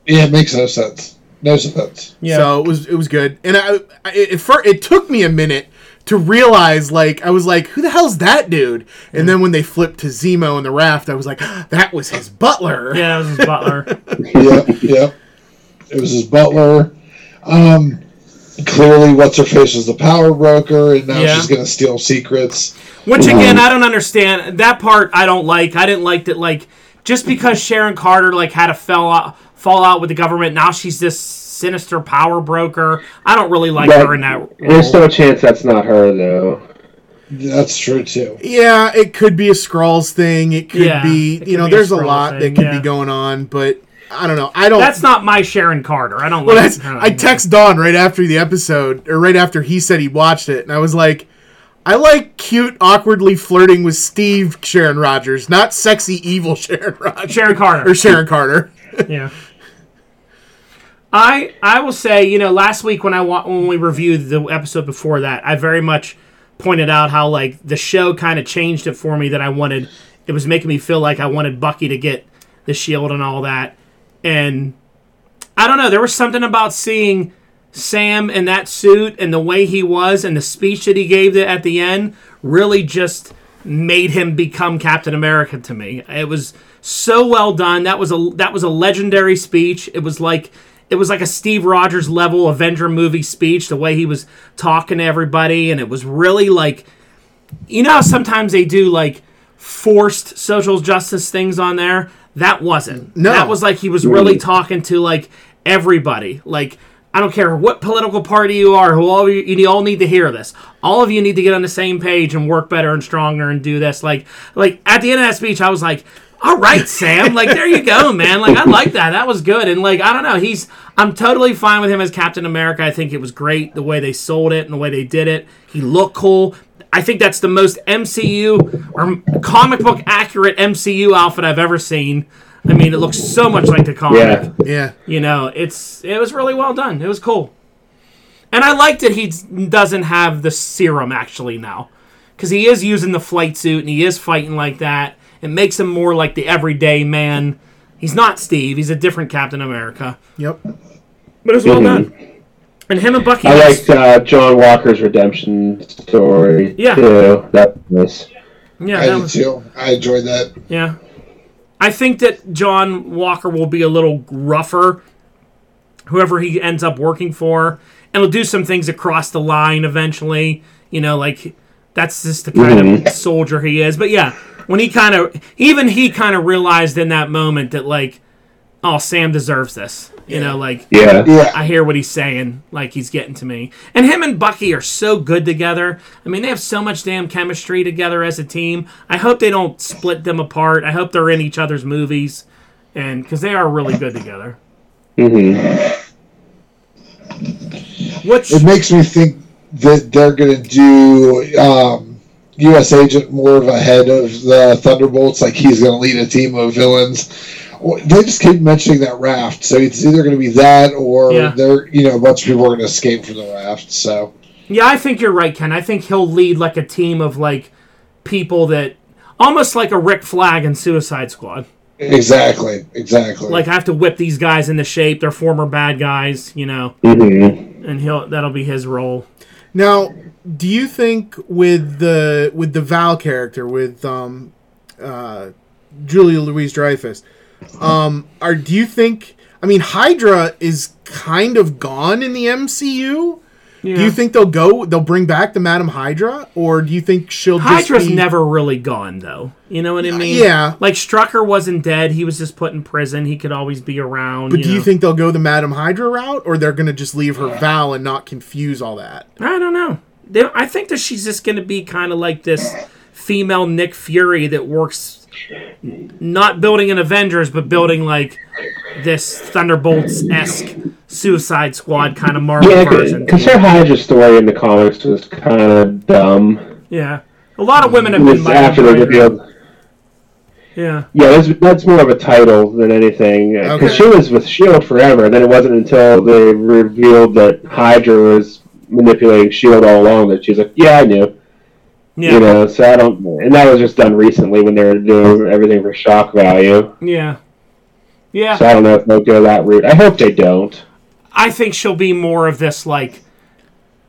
Speaker 2: yeah, it makes no sense. No sense.
Speaker 3: So it was it was good, and I, I it, fir- it took me a minute to realize like I was like who the hell's that dude? And then when they flipped to Zemo and the raft, I was like that was his butler.
Speaker 1: yeah, that was his butler.
Speaker 2: yep, yep. It was his butler. Um, clearly, what's her face was the power broker, and now
Speaker 1: Yeah.
Speaker 2: she's gonna steal secrets.
Speaker 1: Which again, I don't understand that part. I don't like. I didn't like that. Like just because Sharon Carter like had a fell out, fallout with the government, now she's this sinister power broker. I don't really like
Speaker 4: But-
Speaker 1: her in that.
Speaker 4: there's no chance that's not her though.
Speaker 2: That's true too.
Speaker 3: Yeah, it could be a Skrulls thing. It could
Speaker 1: Yeah,
Speaker 3: be,
Speaker 1: it could
Speaker 3: you know,
Speaker 1: be a
Speaker 3: there's a,
Speaker 1: Skrulls
Speaker 3: lot
Speaker 1: thing,
Speaker 3: that could
Speaker 1: yeah.
Speaker 3: be going on, but I don't know. I don't.
Speaker 1: That's not my Sharon Carter. I don't
Speaker 3: well,
Speaker 1: like.
Speaker 3: that's,
Speaker 1: don't
Speaker 3: I
Speaker 1: know.
Speaker 3: text Don right after the episode, or right after he said he watched it, and I was like, I like cute, awkwardly flirting with Steve Sharon Rogers, not sexy, evil Sharon Rogers.
Speaker 1: Sharon Carter.
Speaker 3: Or Sharon Carter.
Speaker 1: yeah. I I will say, you know, last week when I wa- when we reviewed the episode before that, I very much pointed out how like the show kind of changed it for me that I wanted. It was making me feel like I wanted Bucky to get the shield and all that, and I don't know. There was something about seeing Sam in that suit and the way he was and the speech that he gave at the end really just made him become Captain America to me. It was so well done. That was a that was a legendary speech. It was like it it was like a Steve Rogers level Avenger movie speech, the way he was talking to everybody, and it was really like you know how sometimes they do like forced social justice things on there. That wasn't.
Speaker 3: No.
Speaker 1: That was like he was really talking to like everybody. Like I don't care what political party you are, who all you, you all need to hear this. All of you need to get on the same page and work better and stronger and do this. Like like at the end of that speech, I was like. All right, Sam. Like there you go, man. Like I like that. That was good. And like I don't know, he's I'm totally fine with him as Captain America. I think it was great the way they sold it and the way they did it. He looked cool. I think that's the most MCU or comic book accurate MCU outfit I've ever seen. I mean, it looks so much like the comic.
Speaker 4: Yeah.
Speaker 3: Yeah.
Speaker 1: You know, it's it was really well done. It was cool, and I liked that he doesn't have the serum actually now, because he is using the flight suit and he is fighting like that. It makes him more like the everyday man. He's not Steve. He's a different Captain America.
Speaker 3: Yep.
Speaker 1: But it's well
Speaker 4: Mhm.
Speaker 1: done. And him and Bucky.
Speaker 4: I
Speaker 1: had-
Speaker 4: liked uh, John Walker's redemption story
Speaker 1: Yeah.
Speaker 4: too. That was
Speaker 1: yeah,
Speaker 2: I
Speaker 1: that
Speaker 2: did
Speaker 1: was,
Speaker 2: too. I enjoyed that.
Speaker 1: Yeah. I think that John Walker will be a little rougher, whoever he ends up working for, and will do some things across the line eventually. You know, like that's just the kind
Speaker 4: Mhm.
Speaker 1: of soldier he is. But yeah, when he kind of, even he kind of realized in that moment that, like, oh, Sam deserves this. You know, like,
Speaker 4: yeah.
Speaker 2: Yeah,
Speaker 1: I hear what he's saying, like he's getting to me. And him and Bucky are so good together. I mean, they have so much damn chemistry together as a team. I hope they don't split them apart. I hope they're in each other's movies, and because they are really good together.
Speaker 4: hmm
Speaker 1: Which
Speaker 2: it makes me think that they're going to do um, U.S. Agent more of a head of the Thunderbolts. Like he's going to lead a team of villains. Or- They just keep mentioning that raft, so it's either going to be that or
Speaker 1: Yeah.
Speaker 2: they're you know a bunch of people are going to escape from the raft. So
Speaker 1: Yeah, I think you're right, Ken. I think he'll lead like a team of like people that almost like a Rick Flag in Suicide Squad.
Speaker 2: exactly, exactly.
Speaker 1: Like I have to whip these guys into shape. They're former bad guys, you know,
Speaker 4: hmm
Speaker 1: and he'll that'll be his role.
Speaker 3: Now, do you think with the with the Val character with um, uh, Julia Louise Dreyfus, um, are do you think? I mean, Hydra is kind of gone in the MCU.
Speaker 1: Yeah.
Speaker 3: Do you think they'll go? They'll bring back the Madam Hydra, or do you think she'll?
Speaker 1: Hydra's
Speaker 3: just be,
Speaker 1: never really gone though. You know what I mean?
Speaker 3: Yeah.
Speaker 1: Like Strucker wasn't dead. He was just put in prison. He could always be around.
Speaker 3: But do you
Speaker 1: know.
Speaker 3: think they'll go the Madam Hydra route, or they're going to just leave her Val and not confuse all that?
Speaker 1: I don't know. They- I think that she's just going to be kind of like this female Nick Fury that works not building an Avengers, but building like this Thunderbolts esque Suicide Squad kind of Marvel
Speaker 4: Yeah,
Speaker 1: version.
Speaker 4: because her Hydra story in the comics was kind of dumb.
Speaker 1: Yeah. A lot of women
Speaker 4: It
Speaker 1: have been
Speaker 4: was after they
Speaker 1: mighty
Speaker 4: revealed.
Speaker 1: Yeah.
Speaker 4: Yeah, that's, that's more of a title than anything. Because
Speaker 3: Okay.
Speaker 4: she was with S.H.I.E.L.D. E forever, and then it wasn't until they revealed that Hydra was manipulating S.H.I.E.L.D. E all along that she's like, yeah, I knew. You
Speaker 1: Yeah.
Speaker 4: know, so I don't. And that was just done recently when they were doing everything for shock value.
Speaker 1: Yeah. Yeah.
Speaker 4: So I don't know if they'll go that route. I hope they don't.
Speaker 1: I think she'll be more of this like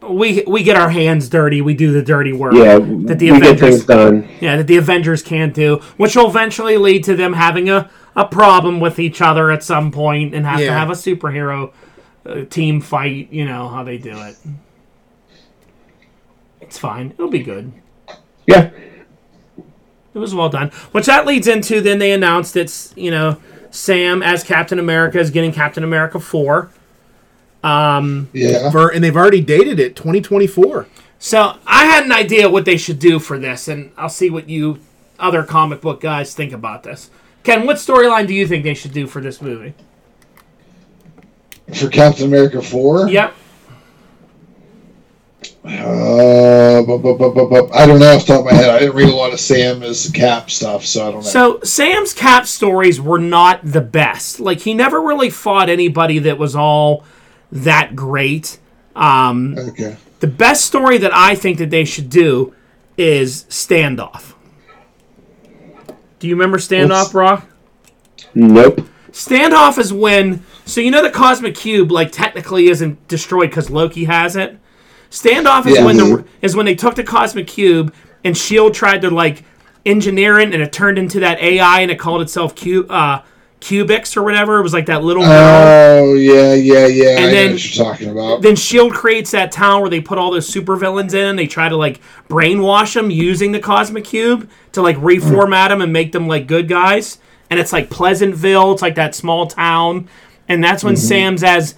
Speaker 1: we we get our hands dirty, we do the dirty work.
Speaker 4: Yeah,
Speaker 1: that the
Speaker 4: we get
Speaker 1: Avengers
Speaker 4: things done.
Speaker 1: yeah that the Avengers can't do, which will eventually lead to them having a a problem with each other at some point and have to
Speaker 3: Yeah.
Speaker 1: have a superhero uh, team fight. You know how they do it. It's fine. It'll be good.
Speaker 4: Yeah.
Speaker 1: It was well done. Which that leads into then they announced that you know Sam as Captain America is getting Captain America four. Um,
Speaker 2: yeah,
Speaker 3: For, and they've already dated it, 2024.
Speaker 1: So I had an idea what they should do for this, and I'll see what you other comic book guys think about this. Ken, what storyline do you think they should do for this movie?
Speaker 2: for Captain America four.
Speaker 1: Yep.
Speaker 2: Uh, bu- bu- bu- bu- bu- I don't know off the top of my head. I didn't read a lot of Sam as Cap stuff, so I don't know.
Speaker 1: So Sam's cap stories were not the best. Like he never really fought anybody that was all that great. Um,
Speaker 2: okay.
Speaker 1: the best story that I think that they should do is standoff. Do you remember standoff,
Speaker 2: What's-
Speaker 1: Brock?
Speaker 4: Nope.
Speaker 1: Standoff is when. So you know the cosmic cube, like technically, isn't destroyed because Loki has it. Standoff is
Speaker 2: Yeah. Mm-hmm.
Speaker 1: when the is when they took the cosmic cube and Shield tried to like engineer it, and it turned into that AI, and it called itself Cube uh, Cubics or whatever. It was like that little. metal-
Speaker 2: Oh yeah, yeah, yeah. I
Speaker 1: then-
Speaker 2: know what you're talking about.
Speaker 1: Then Shield E creates that town where they put all those supervillains in, and they try to like brainwash them using the Cosmic Cube to like reformat them and make them like good guys. And it's like Pleasantville, it's like that small town, and that's when Sam's as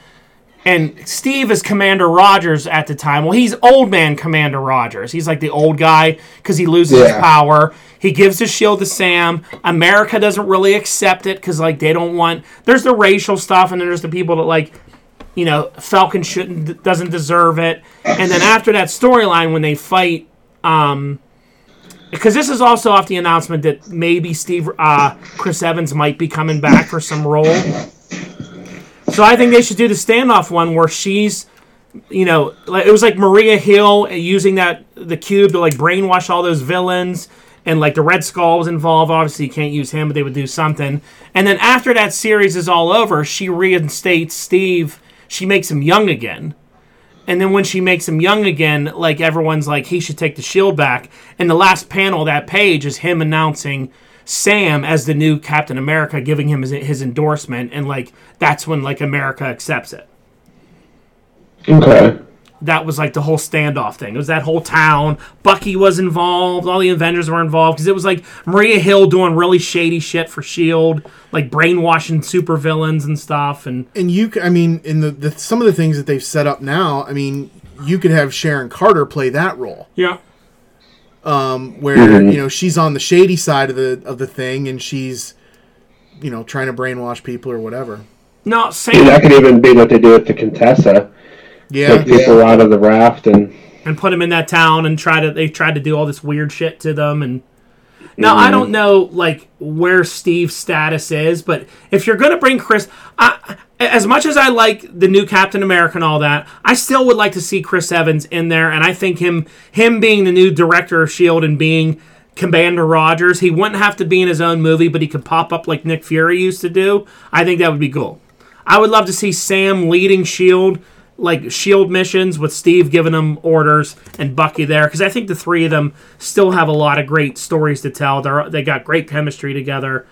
Speaker 1: and Steve is Commander Rogers at the time. Well, he's old man Commander Rogers. He's like the old guy because he loses his
Speaker 2: Yeah.
Speaker 1: power. He gives his shield E to Sam. America doesn't really accept it because like they don't want. There's the racial stuff, and then there's the people that like, you know, Falcon shouldn't doesn't deserve it. And then after that storyline, when they fight, um, because this is also off the announcement that maybe Steve uh, Chris Evans might be coming back for some role. So I think they should do the standoff one where she's, you know, like, it was like Maria Hill using that the cube to like brainwash all those villains, and like the Red Skull was involved. Obviously, you can't use him, but they would do something. And then after that series is all over, she reinstates Steve. She makes him young again. And then when she makes him young again, like everyone's like he should take the shield back. And the last panel of that page is him announcing Sam as the new Captain America, giving him his, his endorsement, and like that's when like America accepts it.
Speaker 4: Okay.
Speaker 1: That was like the whole standoff thing. It was that whole town. Bucky was involved. All the Avengers were involved because it was like Maria Hill doing really shady shit for Shield, E like brainwashing supervillains and stuff. And
Speaker 3: and you c- i mean in the, the some of the things that they've set up now i mean you could have sharon carter play that role um,
Speaker 1: yeah,
Speaker 3: where you know she's on the shady side of the of the thing and she's you know trying to brainwash people or whatever
Speaker 1: no
Speaker 4: See,
Speaker 1: Sam
Speaker 4: that could even be what they do with the Contessa.
Speaker 3: yeah
Speaker 4: Take people out of the raft and
Speaker 1: and put him in that town and try to they tried to do all this weird shit to them and now I don't know like where Steve's status is, but if you're gonna bring Chris, I, as much as I like the new Captain America and all that, I still would like to see Chris Evans in there, and I think him him being the new director of Shield E and being Commander Rogers, he wouldn't have to be in his own movie, but he could pop up like Nick Fury used to do. I think that would be cool. I would love to see Sam leading Shield E like Shield E missions with Steve giving him orders and Bucky there because I think the three of them still have a lot of great stories to tell. They're they got great chemistry together.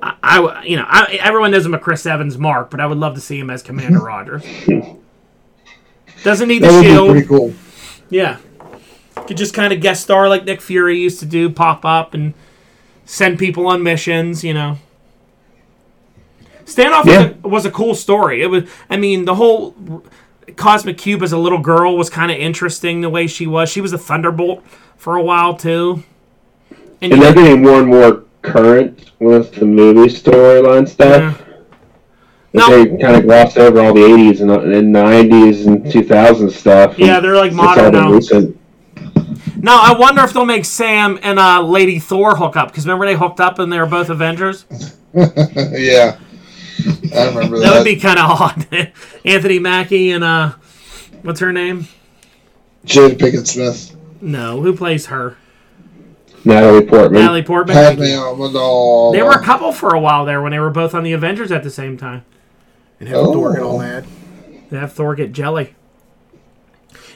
Speaker 1: I, I- you know I, everyone knows him a Chris Evans mark, but I would love to see him as Commander Rogers. Doesn't need the
Speaker 2: That would be
Speaker 1: shield.
Speaker 2: pretty cool.
Speaker 1: Yeah. Could just kind of guest star like Nick Fury used to do, pop up and send people on missions, you know. Standoff
Speaker 4: Yeah.
Speaker 1: was, a, was a cool story. It was, I mean, the whole Cosmic Cube as a little girl was kind of interesting the way she was. She was a Thunderbolt for a while too. And,
Speaker 4: and
Speaker 1: you-
Speaker 4: they're getting more and more current with the movie storyline stuff.
Speaker 1: No.
Speaker 4: They kind of gloss over all the 80s and, and 90s and 2000s stuff.
Speaker 1: Yeah,
Speaker 4: and
Speaker 1: they're, like,
Speaker 4: it's all
Speaker 1: modern
Speaker 4: the
Speaker 1: now.
Speaker 4: recent-
Speaker 1: now I wonder if they'll make Sam and uh, Lady Thor hook up because remember they hooked up and they were both Avengers.
Speaker 2: yeah, I remember that.
Speaker 1: That would be kind of odd. Anthony Mackie and uh, what's her name?
Speaker 2: Jada Pickett Smith,
Speaker 1: No, who plays her?
Speaker 4: Natalie Portman.
Speaker 1: Natalie Portman.
Speaker 2: Padme Amidala.
Speaker 1: They were a couple for a while there when they were both on the Avengers at the same time.
Speaker 3: and have thor get all mad
Speaker 1: They have Thor get jelly.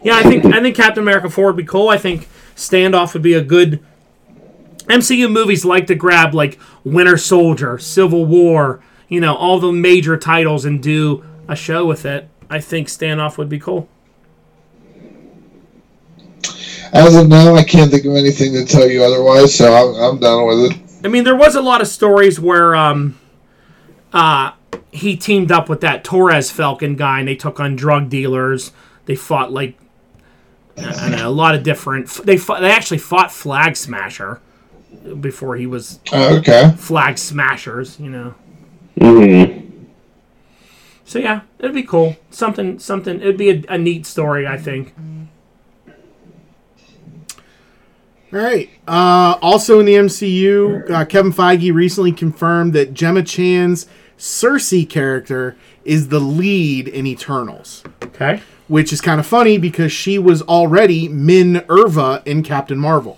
Speaker 1: Yeah, I think I think Captain America Four would be cool. I think Standoff would be a good. MCU movies like to grab like Winter Soldier, Civil War, you know, all the major titles and do a show with it. I think Standoff would be cool.
Speaker 2: As of now, I can't think of anything to tell you otherwise, so I'm, I'm done with it.
Speaker 1: I mean, there was a lot of stories where um, uh, he teamed up with that Torres Falcon guy, and they took on drug dealers. They fought like I don't know, a lot of different. They fought, they actually fought Flag Smasher before he was
Speaker 2: Oh, okay.
Speaker 1: Flag Smashers. You know,
Speaker 4: Mhm.
Speaker 1: so yeah, it'd be cool. Something, something. It'd be a, a neat story, I think.
Speaker 3: all right uh also in the mcu uh, kevin feige recently confirmed that gemma chan's cersei character is the lead in eternals
Speaker 1: Okay.
Speaker 3: which is kind of funny because she was already Min Irva in Captain Marvel.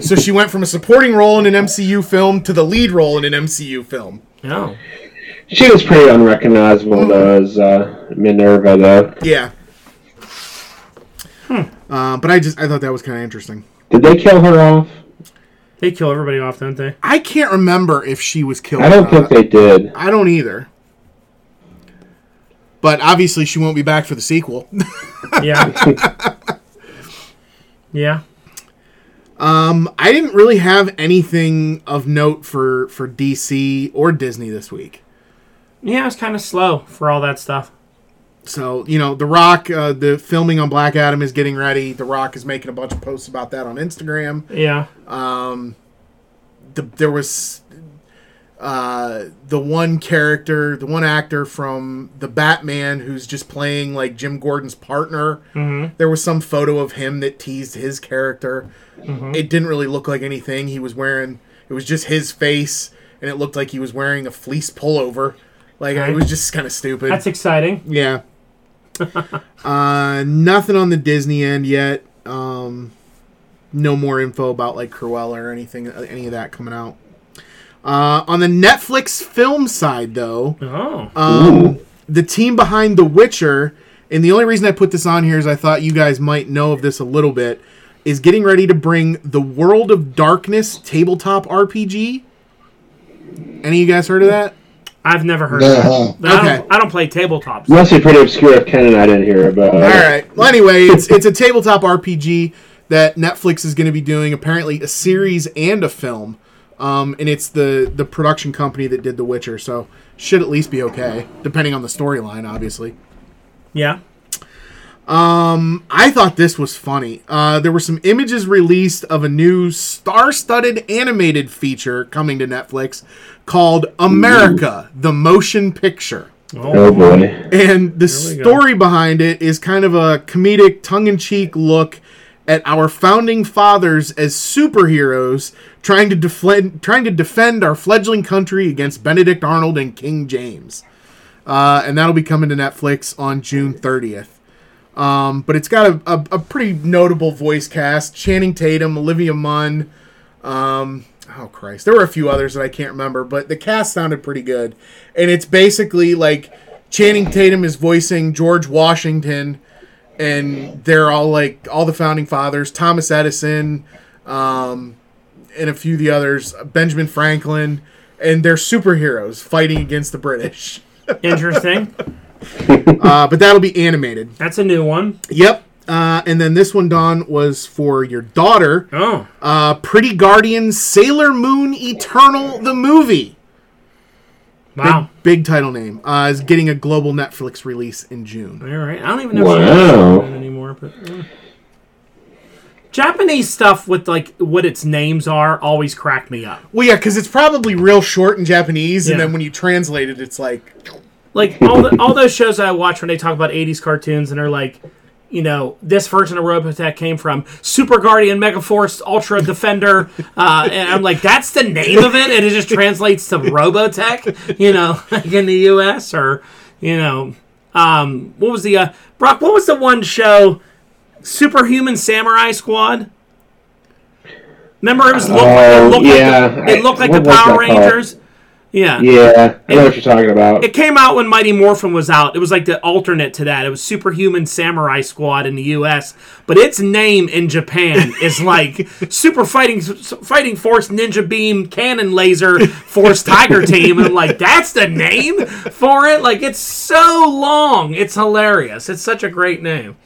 Speaker 3: so she went from a supporting role in an MCU film to the lead role in an MCU film.
Speaker 1: No.
Speaker 4: She was pretty unrecognizable, though,
Speaker 3: Mm-hmm.
Speaker 4: as uh, Minerva, though.
Speaker 3: Yeah.
Speaker 4: Hmm.
Speaker 3: Uh, but I just I thought that was kind of interesting.
Speaker 4: Did they kill her off?
Speaker 1: They kill everybody off, don't they?
Speaker 3: I can't remember if she was killed.
Speaker 4: I
Speaker 3: or
Speaker 4: don't
Speaker 3: not.
Speaker 4: think they did.
Speaker 3: I don't either. But obviously, she won't be back for the sequel.
Speaker 1: Yeah. yeah.
Speaker 3: I didn't really have anything of note for for DC or Disney this week.
Speaker 1: Yeah, it was kind of slow for all that stuff.
Speaker 3: So you know, The Rock, uh, the filming on Black Adam is getting ready. The Rock is making a bunch of posts about that on Instagram.
Speaker 1: Yeah.
Speaker 3: the, there was uh, the one character, the one actor from the Batman who's just playing like Jim Gordon's partner. Mm-hmm. There was some photo of him that teased his character. It didn't really look like anything. He was wearing it was just his face, and it looked like he was wearing a fleece pullover. Like it was just kind of stupid.
Speaker 1: That's exciting.
Speaker 3: Yeah. uh, nothing on the Disney end yet. Um, no more info about like Cruella or anything, any of that coming out. Uh, on the Netflix film side, though,
Speaker 1: Oh.
Speaker 3: um, the team behind The Witcher, and the only reason I put this on here is I thought you guys might know of this a little bit, is getting ready to bring the World of Darkness tabletop RPG. Any of you guys heard of that?
Speaker 1: I've never heard of that.
Speaker 2: Uh-huh.
Speaker 1: I,
Speaker 3: Okay.
Speaker 1: don't, I don't play tabletops.
Speaker 4: Must be pretty obscure if Ken and I didn't hear about it.
Speaker 3: All right. Well, anyway, it's it's a tabletop RPG that Netflix is going to be doing. Apparently, a series and a film, um, and it's the the production company that did The Witcher, so should at least be okay, depending on the storyline, obviously.
Speaker 1: Yeah.
Speaker 3: I thought this was funny. Uh, there were some images released of a new star-studded animated feature coming to Netflix called America: The Motion Picture.
Speaker 4: Oh
Speaker 1: Oh.
Speaker 4: boy.
Speaker 3: And the
Speaker 1: we go.
Speaker 3: story behind it is kind of a comedic, tongue in cheek look at our founding fathers as superheroes trying to defend trying to defend our fledgling country against Benedict Arnold and King James. Uh, and that'll be coming to Netflix on June 30th. Um, but it's got a, a, a pretty notable voice cast: Channing Tatum, Olivia Munn. Um, oh Christ, there were a few others that I can't remember, but the cast sounded pretty good. And it's basically like Channing Tatum is voicing George Washington, and they're all like all the founding fathers: Thomas Edison, um, and a few of the others, Benjamin Franklin, and they're superheroes fighting against the British.
Speaker 1: Interesting.
Speaker 3: Uh, but that'll be animated.
Speaker 1: That's a new one.
Speaker 3: Yep. Uh, and then this one, Don, was for your daughter.
Speaker 1: Oh.
Speaker 3: Uh, Pretty Guardian Sailor Moon Eternal, the movie.
Speaker 1: Wow.
Speaker 3: Big title name. Uh, is getting a global Netflix release in June.
Speaker 1: All right. I don't even know
Speaker 4: Wow.
Speaker 1: if she anymore, but. uh. Japanese stuff with like what its names are always crack me up.
Speaker 3: Well, yeah, because it's probably real short in Japanese, and
Speaker 1: Yeah.
Speaker 3: then when you translate it, it's like,
Speaker 1: like all the, all those shows that I watch when they talk about '80s cartoons and they're like, you know, this version of Robotech came from Super Guardian, Mega Force, Ultra Defender, uh, and I'm like, that's the name of it, and it just translates to Robotech, you know, like in the U.S. or you know, um, what was the uh, Brock? What was the one show? Superhuman Samurai Squad. Remember, it was looked,
Speaker 4: Oh,
Speaker 1: it looked
Speaker 4: yeah.
Speaker 1: like the, it looked like
Speaker 4: What
Speaker 1: the
Speaker 4: was that
Speaker 1: Power
Speaker 4: called?
Speaker 1: Rangers. Yeah,
Speaker 4: Yeah, I know what you're talking about.
Speaker 1: it came out when Mighty Morphin was out. It was like the alternate to that. It was Superhuman Samurai Squad in the U.S., but its name in Japan is like Super Fighting Fighting Force Ninja Beam Cannon Laser Force Tiger Team, and I'm like, that's the name for it. Like it's so long, it's hilarious. It's such a great name.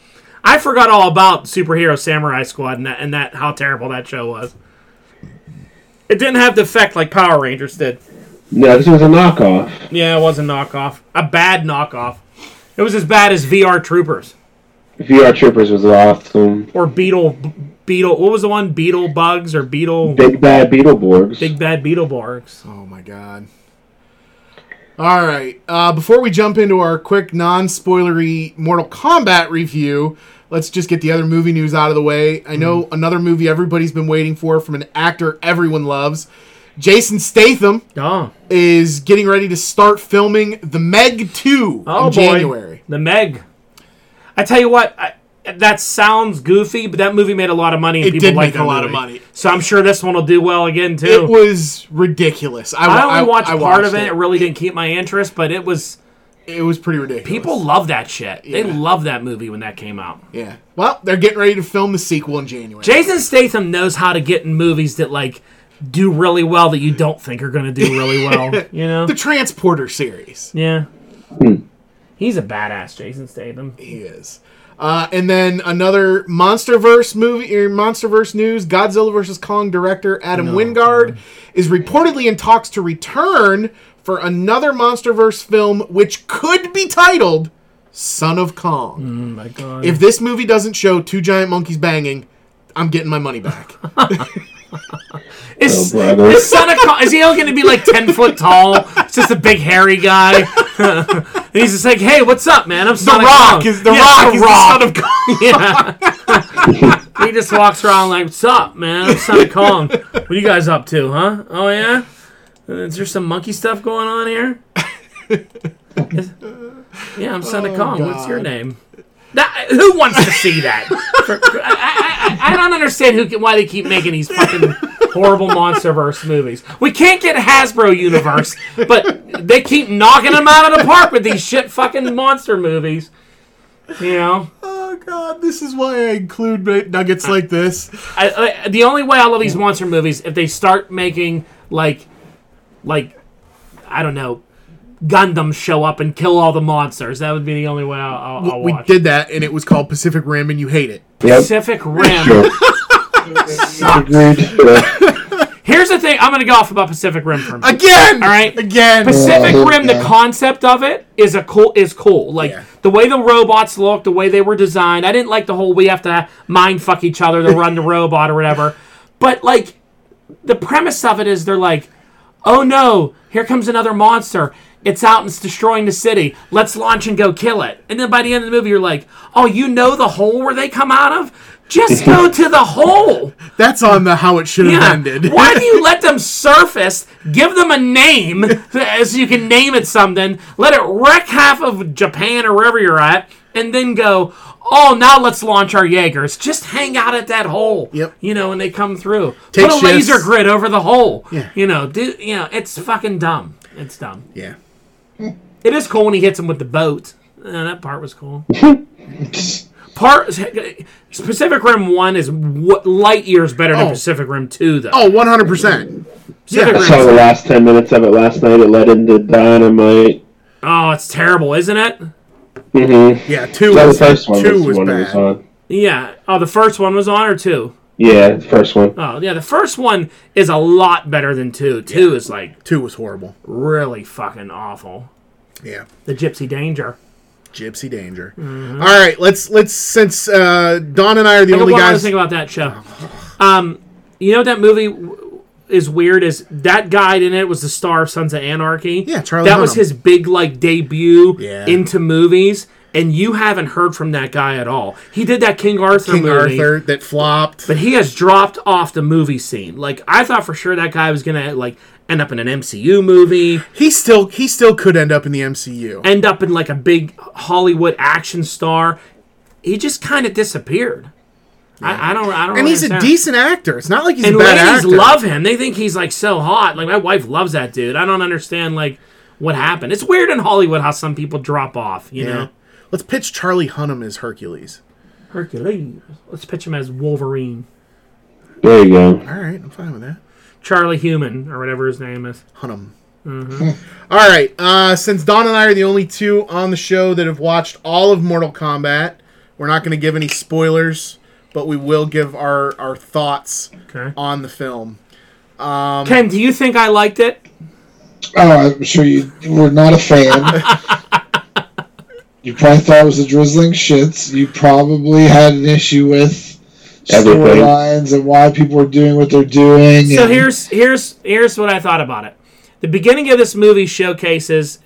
Speaker 1: I forgot all about Superhero Samurai Squad and that and that how terrible that show was. It didn't have the effect like Power Rangers did.
Speaker 4: No, this was a knockoff.
Speaker 1: Yeah, it was a knockoff. A bad knockoff. It was as bad as VR Troopers
Speaker 4: VR Troopers was awesome.
Speaker 1: or Beetle Beetle. What was the one? Beetle Bugs or Beetle
Speaker 4: Big Bad Beetleborgs.
Speaker 1: Big Bad Beetleborgs.
Speaker 3: oh my god. All right. Uh, before we jump into our quick non-spoilery Mortal Kombat review, let's just get the other movie news out of the way. I know
Speaker 1: Hmm.
Speaker 3: another movie everybody's been waiting for from an actor everyone loves, Jason Statham.
Speaker 1: Oh,
Speaker 3: is getting ready to start filming The Meg 2
Speaker 1: oh
Speaker 3: in
Speaker 1: boy.
Speaker 3: January.
Speaker 1: The Meg. I tell you what. I, that sounds goofy, but that movie made a lot of money. And
Speaker 3: It
Speaker 1: people
Speaker 3: did
Speaker 1: like
Speaker 3: make a
Speaker 1: that
Speaker 3: lot of
Speaker 1: movie.
Speaker 3: money.
Speaker 1: so I'm sure this one will do well again too.
Speaker 3: It was ridiculous. I,
Speaker 1: I
Speaker 3: wa-
Speaker 1: only
Speaker 3: I-
Speaker 1: watched
Speaker 3: I
Speaker 1: part of it. It really didn't keep my interest, but it was
Speaker 3: It was pretty ridiculous.
Speaker 1: people love that shit. They
Speaker 3: Yeah.
Speaker 1: love that movie when that came out.
Speaker 3: Yeah. Well, they're getting ready to film the sequel in January.
Speaker 1: Jason Statham knows how to get in movies that like do really well that you don't think are going to do really well. You know?
Speaker 3: The Transporter series.
Speaker 1: Yeah. He's a badass, Jason Statham.
Speaker 3: He is. Uh, and then another MonsterVerse movie or MonsterVerse news: Godzilla vs Kong director Adam Wingard is reportedly in talks to return for another MonsterVerse film, which could be titled "Son of Kong."
Speaker 1: Oh my god.
Speaker 3: If this movie doesn't show two giant monkeys banging, I'm getting my money back.
Speaker 1: is,
Speaker 4: Oh, brother.
Speaker 1: is Son of Kong, is he only going to be like 10 foot tall? It's just a big hairy guy. and he's just like, hey, what's up, man? I'm Son of Kong. Yeah, The Rock.
Speaker 3: of Kong.
Speaker 1: Yeah. he just walks around like, "What's up, man? I'm Son of Kong. What are you guys up to, huh? Oh yeah, is there some monkey stuff going on here? Is- yeah, I'm Son of Kong. What's your
Speaker 3: God.
Speaker 1: name? That, who wants to see that? For- for- I, I- I, I don't understand who can- why they keep making these fucking horrible MonsterVerse movies. We can't get Hasbro Universe, but they keep knocking them out of the park with these shit fucking monster movies. You know.
Speaker 3: Oh god, this is why I include bit- nuggets like this.
Speaker 1: I, I, the only way I love these monster movies if they start making like, like, I don't know, Gundam show up and kill all the monsters. That would be the only way I'll, I'll, I'll
Speaker 3: we
Speaker 1: watch.
Speaker 3: did that, and it was called Pacific Rim, and you hate it.
Speaker 4: Yep.
Speaker 1: Pacific Rim.
Speaker 4: Sure.
Speaker 2: Agreed.
Speaker 4: Yeah.
Speaker 1: Here's the thing. I'm gonna go off about Pacific Rim for a minute.
Speaker 3: Again.
Speaker 1: All right.
Speaker 3: Again.
Speaker 1: Pacific
Speaker 2: Yeah.
Speaker 1: Rim, the
Speaker 2: Yeah.
Speaker 1: concept of it is a cool is cool. Like
Speaker 3: Yeah.
Speaker 1: the way the robots look, the way they were designed. I didn't like the whole we have to mind fuck each other to run the robot or whatever. But like the premise of it is they're like, oh no, here comes another monster. It's out and it's destroying the city. Let's launch and go kill it. And then by the end of the movie, you're like, oh, you know the hole where they come out of? Just go to the hole.
Speaker 3: That's on the how it should have
Speaker 1: Yeah.
Speaker 3: ended.
Speaker 1: Why do you let them surface? Give them a name as you can name it something. Let it wreck half of Japan or wherever you're at, and then go. Oh, now let's launch our Jaegers. Just hang out at that hole.
Speaker 3: Yep.
Speaker 1: You know, and they come through.
Speaker 3: Take
Speaker 1: Put a
Speaker 3: shifts.
Speaker 1: laser grid over the hole.
Speaker 3: Yeah.
Speaker 1: You know, do you know? It's fucking dumb. It's dumb.
Speaker 3: Yeah.
Speaker 1: It is cool when he hits him with the boat. Uh, that part was cool. part Pacific Rim One is w- light years better than
Speaker 3: Oh.
Speaker 1: Pacific Rim Two, though.
Speaker 3: Oh, 100%.
Speaker 1: Pacific
Speaker 4: I
Speaker 1: Rim
Speaker 4: saw the last ten minutes of it last night. It led into dynamite.
Speaker 1: Oh, it's terrible, isn't it?
Speaker 4: Mm-hmm.
Speaker 3: Yeah, two
Speaker 4: That
Speaker 3: was,
Speaker 4: was the first one.
Speaker 3: two
Speaker 4: was
Speaker 3: was
Speaker 4: the one uh, it
Speaker 3: bad.
Speaker 4: was on.
Speaker 1: Yeah. Oh, the first one was on or two?
Speaker 4: Yeah, the first one.
Speaker 1: Oh, yeah. The first one is a lot better than two. Two is like
Speaker 3: Two was horrible.
Speaker 1: really fucking awful.
Speaker 3: Yeah.
Speaker 1: The Gypsy Danger.
Speaker 3: Gypsy Danger. All right, let's let's since uh, Don and I are the
Speaker 1: Mm-hmm. I
Speaker 3: only
Speaker 1: one other
Speaker 3: guys. Oh.
Speaker 1: thing about that show. Um, you know what that movie w- is weird is that guy in it was the star of Sons of Anarchy.
Speaker 3: Yeah, Charlie
Speaker 1: That was
Speaker 3: Hunnam.
Speaker 1: his big like debut
Speaker 3: Yeah.
Speaker 1: into movies, and you haven't heard from that guy at all. He did that King Arthur
Speaker 3: King
Speaker 1: movie.
Speaker 3: Arthur that flopped.
Speaker 1: But he has dropped off the movie scene. Like I thought for sure that guy was gonna like end up in an MCU movie,
Speaker 3: He still he still could end up in the MCU.
Speaker 1: end up in like a big Hollywood action star. He just kind of disappeared. I, I don't. I don't.
Speaker 3: And he's a
Speaker 1: understand.
Speaker 3: decent actor. It's not like he's
Speaker 1: And
Speaker 3: a bad
Speaker 1: ladies
Speaker 3: actor.
Speaker 1: love him. They think he's like so hot. Like my wife loves that dude. I don't understand like what happened. It's weird in Hollywood how some people drop off. You
Speaker 3: Yeah.
Speaker 1: know,
Speaker 3: Let's pitch Charlie Hunnam as Hercules.
Speaker 1: Hercules. Let's pitch him as Wolverine,
Speaker 4: There you go.
Speaker 3: All right, I'm fine with that.
Speaker 1: Charlie Human, or whatever his name is.
Speaker 3: Hunnam. All right. Uh, since Don and I are the only two on the show that have watched all of Mortal Kombat, we're not going to give any spoilers, but we will give our our thoughts
Speaker 1: Okay.
Speaker 3: on the film. Um,
Speaker 1: Ken, do you think I liked it?
Speaker 2: Oh, I'm sure you were not a fan. you probably thought it was a drizzling shits. You probably had an issue with
Speaker 4: Everything.
Speaker 2: storylines and why people were doing what they're doing.
Speaker 1: So
Speaker 2: and-
Speaker 1: here's here's here's what I thought about it. The beginning of this movie showcases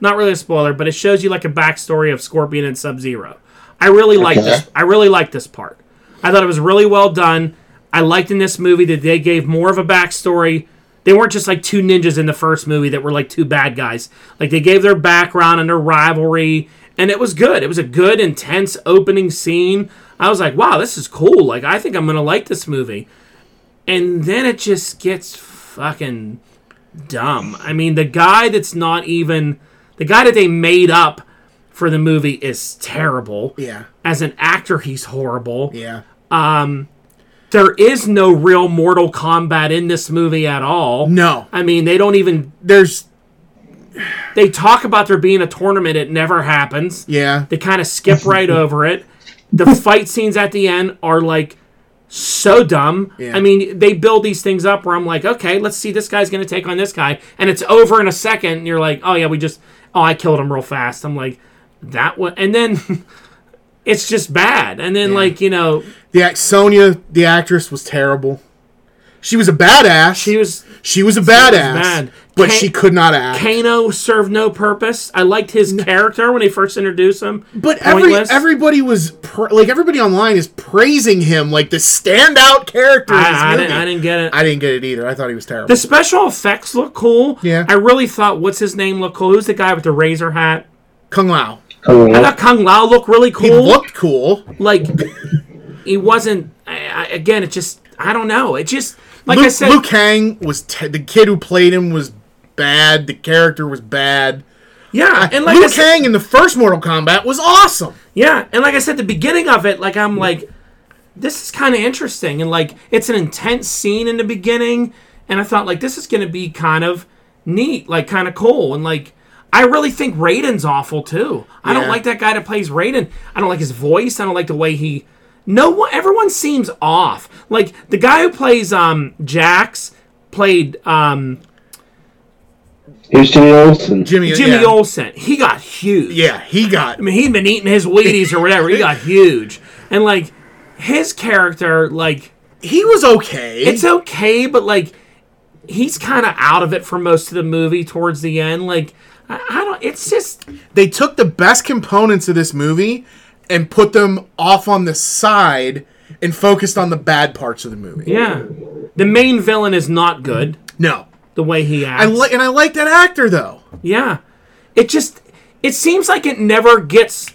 Speaker 1: not really a spoiler, but it shows you like a backstory of Scorpion and Sub Zero. I really like
Speaker 2: Okay.
Speaker 1: this. I really like this part. I thought it was really well done. I liked in this movie that they gave more of a backstory. They weren't just like two ninjas in the first movie that were like two bad guys. Like they gave their background and their rivalry, and it was good. It was a good, intense opening scene. I was like, wow, this is cool. Like I think I'm gonna like this movie and then it just gets fucking dumb. I mean, the guy that's not even the guy that they made up for the movie is terrible.
Speaker 3: Yeah.
Speaker 1: As an actor, he's horrible.
Speaker 3: Yeah.
Speaker 1: there is no real Mortal Kombat in this movie at all.
Speaker 3: No,
Speaker 1: I mean, they don't even.
Speaker 3: there's
Speaker 1: They talk about there being a tournament. It never happens.
Speaker 3: yeah,
Speaker 1: They kind of skip right over it. The fight scenes at the end are like so dumb.
Speaker 3: Yeah.
Speaker 1: I mean, they build these things up where I'm like, okay, let's see this guy's going to take on this guy, and it's over in a second. And you're like, oh yeah, we just oh I killed him real fast. I'm like that one, and then it's just bad. And then like you know
Speaker 3: the act Sonya, the actress was terrible. She was a badass.
Speaker 1: she was
Speaker 3: She was a badass,
Speaker 1: bad.
Speaker 3: but
Speaker 1: Kane-
Speaker 3: she could not act.
Speaker 1: Kano served no purpose. I liked his character when they first introduced him.
Speaker 3: but every, everybody was pr- like everybody online is praising him like the standout character. in this
Speaker 1: I, I,
Speaker 3: movie.
Speaker 1: didn't, I didn't get it.
Speaker 3: I didn't get it either. I thought he was terrible.
Speaker 1: The special effects look cool.
Speaker 3: Yeah.
Speaker 1: I really thought what's his name look cool. Who's the guy with the razor hat?
Speaker 3: Kung Lao.
Speaker 1: I thought Kung Lao looked really
Speaker 3: He
Speaker 1: cool.
Speaker 3: looked cool.
Speaker 1: like he wasn't. I, I, again, it just I don't know. It just like
Speaker 3: Luke,
Speaker 1: I said.
Speaker 3: Liu Kang was te- the kid who played him was bad. The character was bad.
Speaker 1: yeah, and like I
Speaker 3: Liu
Speaker 1: said-
Speaker 3: Kang in the first Mortal Kombat was awesome.
Speaker 1: Yeah, and like I said, the beginning of it, like I'm like, this is kind of interesting, and like it's an intense scene in the beginning, and I thought like this is gonna be kind of neat, like kind of cool, and like I really think Raiden's awful too. I
Speaker 3: Yeah.
Speaker 1: don't like that guy that plays Raiden. I don't like his voice. I don't like the way he. No one, everyone seems off. Like the guy who plays um Jax played um
Speaker 4: Here's Jimmy Olsen.
Speaker 3: Jimmy,
Speaker 1: Jimmy
Speaker 3: yeah.
Speaker 1: Olson. He got huge.
Speaker 3: Yeah, he got.
Speaker 1: I mean, he'd been eating his Wheaties or whatever. He got huge, and like his character, like
Speaker 3: He was okay.
Speaker 1: it's okay, but like he's kind of out of it for most of the movie towards the end. Like I, I don't. It's just
Speaker 3: they took the best components of this movie and put them off on the side and focused on the bad parts of the movie.
Speaker 1: yeah. The main villain is not good.
Speaker 3: No.
Speaker 1: The way he acts.
Speaker 3: I li- and I like that actor though.
Speaker 1: Yeah. It just it seems like it never gets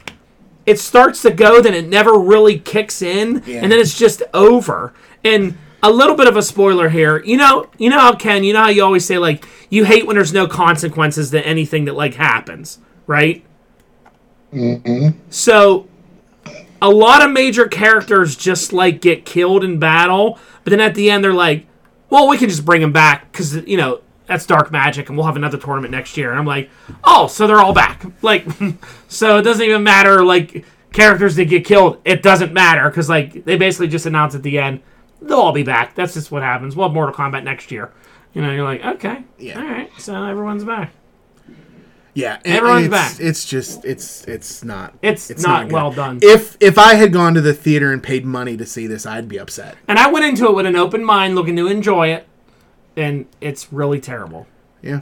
Speaker 1: it starts to go then it never really kicks in and then it's just over. And a little bit of a spoiler here. You know, you know how Ken, you know how you always say like you hate when there's no consequences to anything that like happens, right? So a lot of major characters just like get killed in battle, but then at the end they're like, "Well, we can just bring them back because you know that's dark magic, and we'll have another tournament next year." And I'm like, "Oh, so they're all back? Like, so it doesn't even matter like characters that get killed. It doesn't matter because like they basically just announce at the end they'll all be back. That's just what happens. We'll have Mortal Kombat next year." You know, you're like, okay,
Speaker 3: Yeah.
Speaker 1: all right, so everyone's back.
Speaker 3: Yeah, and- and
Speaker 1: Everyone's
Speaker 3: it's-
Speaker 1: back.
Speaker 3: It's just it's it's not
Speaker 1: It's not
Speaker 3: good.
Speaker 1: well done.
Speaker 3: If if I had gone to the theater and paid money to see this, I'd be upset.
Speaker 1: And I went into it with an open mind, looking to enjoy it, and it's really terrible.
Speaker 3: Yeah,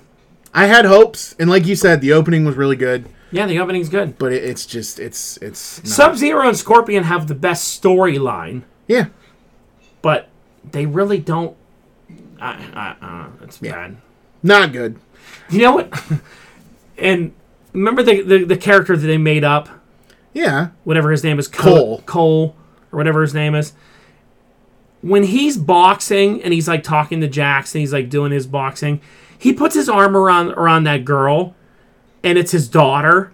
Speaker 3: I had hopes, and like you said, the opening was really good,
Speaker 1: Yeah, the opening's good.
Speaker 3: but it, it's just it's it's not,
Speaker 1: Sub Zero and Scorpion have the best storyline,
Speaker 3: yeah.
Speaker 1: but they really don't. I, I, I don't know. It's bad.
Speaker 3: Not good.
Speaker 1: You know what? and remember the, the the character that they made up,
Speaker 3: Yeah,
Speaker 1: whatever his name is,
Speaker 3: Cole.
Speaker 1: Cole, or whatever his name is. When he's boxing and he's like talking to Jax and he's like doing his boxing, he puts his arm around around that girl, and it's his daughter,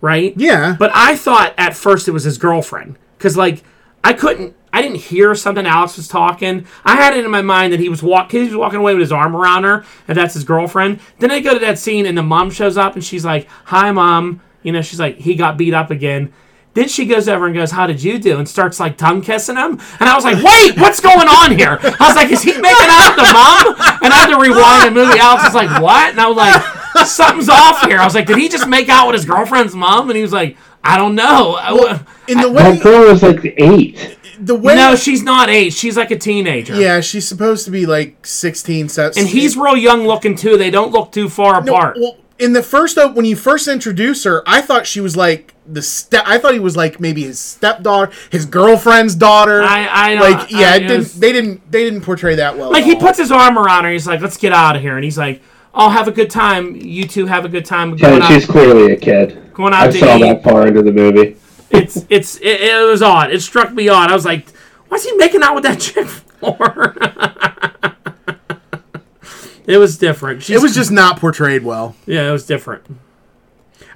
Speaker 1: right?
Speaker 3: yeah.
Speaker 1: But I thought at first it was his girlfriend because like I couldn't, I didn't hear something Alex was talking. I had it in my mind that he was walk, he was walking away with his arm around her, and that's his girlfriend. Then I go to that scene, and the mom shows up, and she's like, "Hi, mom." You know, she's like, "He got beat up again." Then she goes over and goes, "How did you do?" and starts like tongue kissing him, and I was like, "Wait, what's going on here?" I was like, "Is he making out with the mom?" And I had to rewind the movie. Alex was like, "What?" and I was like, "Something's off here." I was like, "Did he just make out with his girlfriend's mom?" and he was like, "I don't know." I-
Speaker 3: in the way
Speaker 4: That girl was like eight.
Speaker 3: the way
Speaker 1: Uh, no, she's not eight. She's like a teenager.
Speaker 3: Yeah, she's supposed to be like 16, so
Speaker 1: And he's real young looking too. They don't look too far apart.
Speaker 3: well in the first op- when you first introduce her, I thought she was like the step. I thought he was like maybe his stepdaughter, his girlfriend's daughter.
Speaker 1: I- I don't-
Speaker 3: like yeah,
Speaker 1: I-
Speaker 3: it
Speaker 1: it
Speaker 3: didn't,
Speaker 1: was-
Speaker 3: they didn't they didn't portray that well.
Speaker 1: like
Speaker 3: at
Speaker 1: he
Speaker 3: all.
Speaker 1: puts his arm around her. He's like, "Let's get out of here." And he's like, "I'll have a good time. You two have a good time." Going
Speaker 4: And
Speaker 1: out-
Speaker 4: she's clearly a kid.
Speaker 1: Going out
Speaker 4: I
Speaker 1: to
Speaker 4: saw
Speaker 1: eat.
Speaker 4: that far into the movie.
Speaker 1: it's it's it, it was odd. It struck me odd. I was like, "What's he making out with that chick for?" it was different. She's,
Speaker 3: It was just not portrayed well.
Speaker 1: yeah, it was different.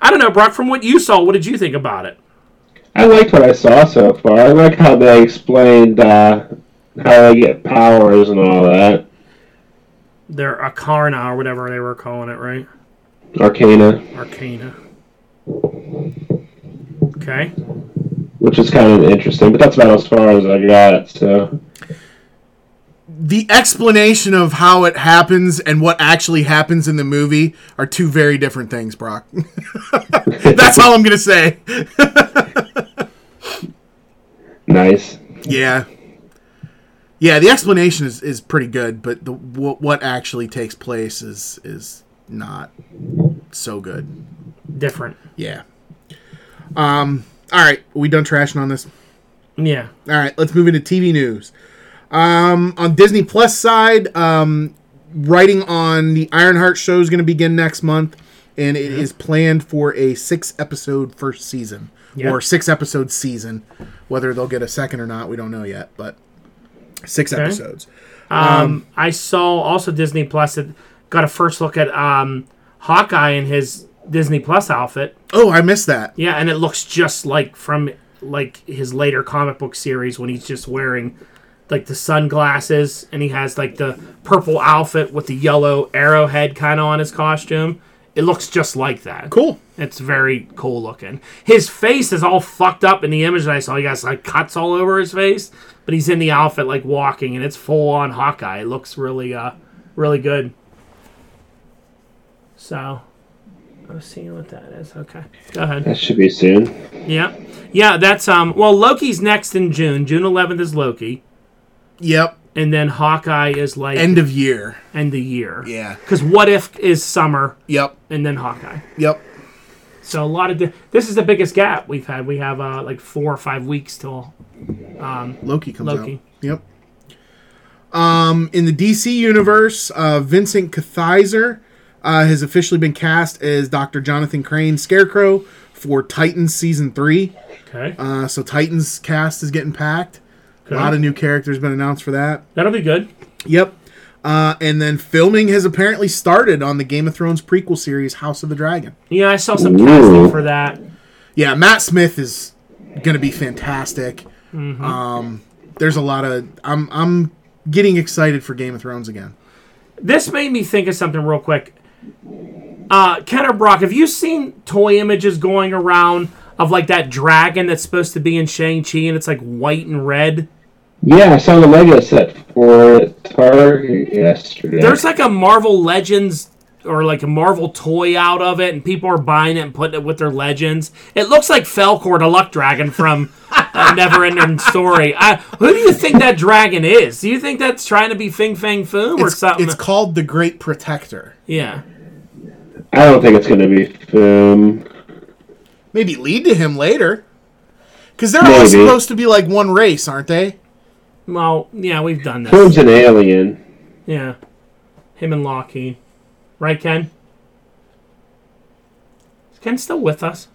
Speaker 1: I don't know, Brock. From what you saw, what did you think about it?
Speaker 4: I liked what I saw so far. I like how they explained uh, how they get powers and all that.
Speaker 1: Their Akarna or whatever they were calling it, right?
Speaker 4: Arcana,
Speaker 1: Arcana. Okay.
Speaker 4: which is kind of interesting, but that's about as far as I got. So
Speaker 3: the explanation of how it happens and what actually happens in the movie are two very different things, Brock. That's all I'm gonna say.
Speaker 4: nice.
Speaker 3: yeah, yeah. The explanation is, is pretty good, but the what, what actually takes place is is not so good.
Speaker 1: Different.
Speaker 3: Yeah. Um. All right. We done trashing on this.
Speaker 1: Yeah.
Speaker 3: All right, let's move into TV news. Um, on Disney Plus side, um, writing on the Ironheart show is going to begin next month, and it is planned for a six episode first season
Speaker 1: Yeah.
Speaker 3: or six episode season. Whether they'll get a second or not, we don't know yet, but six episodes.
Speaker 1: Um, I saw also Disney Plus had got a first look at um, Hawkeye in his Disney Plus outfit.
Speaker 3: Oh, I missed that.
Speaker 1: Yeah, and it looks just like from like his later comic book series when he's just wearing like the sunglasses and he has like the purple outfit with the yellow arrowhead kind of on his costume. It looks just like that.
Speaker 3: Cool.
Speaker 1: It's very cool looking. His face is all fucked up in the image that I saw. He has like cuts all over his face, but he's in the outfit like walking, and it's full on Hawkeye. It looks really, uh, really good. So, I'm seeing what that is. Okay, go ahead.
Speaker 4: That should be soon.
Speaker 1: Yeah, yeah. That's um. Well, Loki's next in June. June 11th is Loki,
Speaker 3: Yep.
Speaker 1: and then Hawkeye is like end,
Speaker 3: End of year.
Speaker 1: of year.
Speaker 3: Yeah.
Speaker 1: Because what if is summer,
Speaker 3: Yep.
Speaker 1: and then Hawkeye.
Speaker 3: Yep.
Speaker 1: So a lot of di- this is the biggest gap we've had. We have uh, like four or five weeks till
Speaker 3: Loki comes
Speaker 1: Loki.
Speaker 3: out. Yep. Um, in the DC universe, uh, Vincent Cathizer uh, has officially been cast as Dr. Jonathan Crane Scarecrow for Titans season three.
Speaker 1: okay.
Speaker 3: Uh, so Titans cast is getting packed. A lot of new characters been announced for that.
Speaker 1: That'll be good.
Speaker 3: Yep. Uh, and then filming has apparently started on the Game of Thrones prequel series House of the Dragon.
Speaker 1: Yeah, I saw some
Speaker 4: Ooh.
Speaker 1: casting for that.
Speaker 3: yeah, Matt Smith is gonna be fantastic.
Speaker 1: Mm-hmm.
Speaker 3: Um, there's a lot of I'm I'm getting excited for Game of Thrones again.
Speaker 1: This made me think of something real quick. Uh, Ken or Brock, have you seen toy images going around of like that dragon that's supposed to be in Shang Chi and it's like white and red?
Speaker 4: Yeah, I saw the Lego set for Target yesterday.
Speaker 1: There's like a Marvel Legends or like a Marvel toy out of it, and people are buying it and putting it with their Legends. It looks like Falcor the Luck Dragon from uh, Never Ending Story. I, who do you think that dragon is? Do you think that's trying to be Fing Fang Foom or
Speaker 3: It's,
Speaker 1: something?
Speaker 3: it's called the Great Protector.
Speaker 1: yeah.
Speaker 4: I don't think it's gonna be film.
Speaker 3: Maybe lead to him later, because they're all
Speaker 4: Maybe.
Speaker 3: supposed to be like one race, aren't they?
Speaker 1: Well, yeah, we've done
Speaker 4: Film's
Speaker 1: this.
Speaker 4: an alien.
Speaker 1: Yeah. Him and Lockheed. Right, Ken? Is Ken still with us?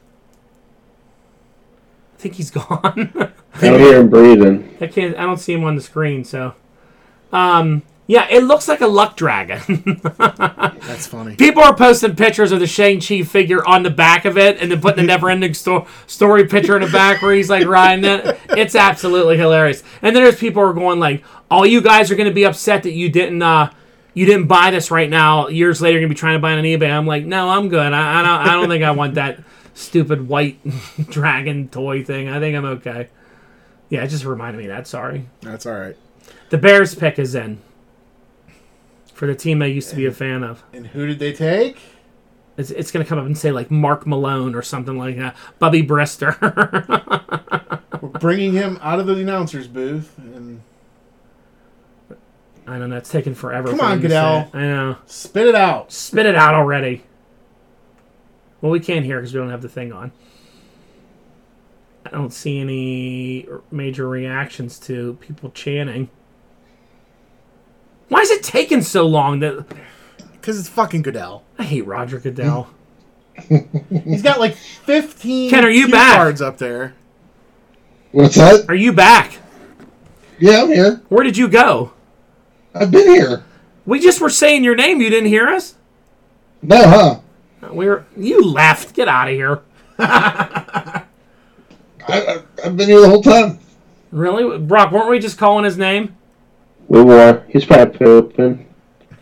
Speaker 1: I think he's gone.
Speaker 4: I don't hear him breathing.
Speaker 1: I can't. I don't see him on the screen. So, um, yeah, it looks like a luck dragon.
Speaker 3: That's funny.
Speaker 1: People are posting pictures of the Shang Chi figure on the back of it, and then putting the never-ending sto- story picture in the back where he's like riding it. It's absolutely hilarious. And then there's people who are going like, "All you guys are going to be upset that you didn't." Uh, you didn't buy this right now. Years later, you're gonna be trying to buy it on eBay. I'm like, no, I'm good. I, I don't. I don't think I want that stupid white dragon toy thing. I think I'm okay. Yeah, it just reminded me of that. Sorry.
Speaker 3: That's all right.
Speaker 1: The Bears pick is in for the team I used to be a fan of.
Speaker 3: And who did they take?
Speaker 1: It's, it's going to come up and say like Mark Malone or something like that. Bubby Brister.
Speaker 3: We're bringing him out of the announcer's booth and
Speaker 1: I don't know. It's taking forever.
Speaker 3: Come
Speaker 1: for
Speaker 3: on,
Speaker 1: them to say
Speaker 3: Goodell.
Speaker 1: it. I know.
Speaker 3: spit it out.
Speaker 1: Spit it out already. Well, we can't hear because we don't have the thing on. I don't see any major reactions to people chanting. Why is it taking so long? That
Speaker 3: Because it's fucking Goodell.
Speaker 1: I hate Roger Goodell.
Speaker 3: Mm. He's got like 15
Speaker 1: Ken, are you
Speaker 3: cue
Speaker 1: back?
Speaker 3: cards up there.
Speaker 2: What's that?
Speaker 1: Are you back?
Speaker 2: Yeah, I'm here.
Speaker 1: Where did you go?
Speaker 2: I've been here.
Speaker 1: We just were saying your name. You didn't hear us.
Speaker 2: No, huh?
Speaker 1: We were. You left. Get out of here.
Speaker 2: I, I, I've been here the whole time.
Speaker 1: Really, Brock? Weren't we just calling his name?
Speaker 4: We war. He's probably pooping.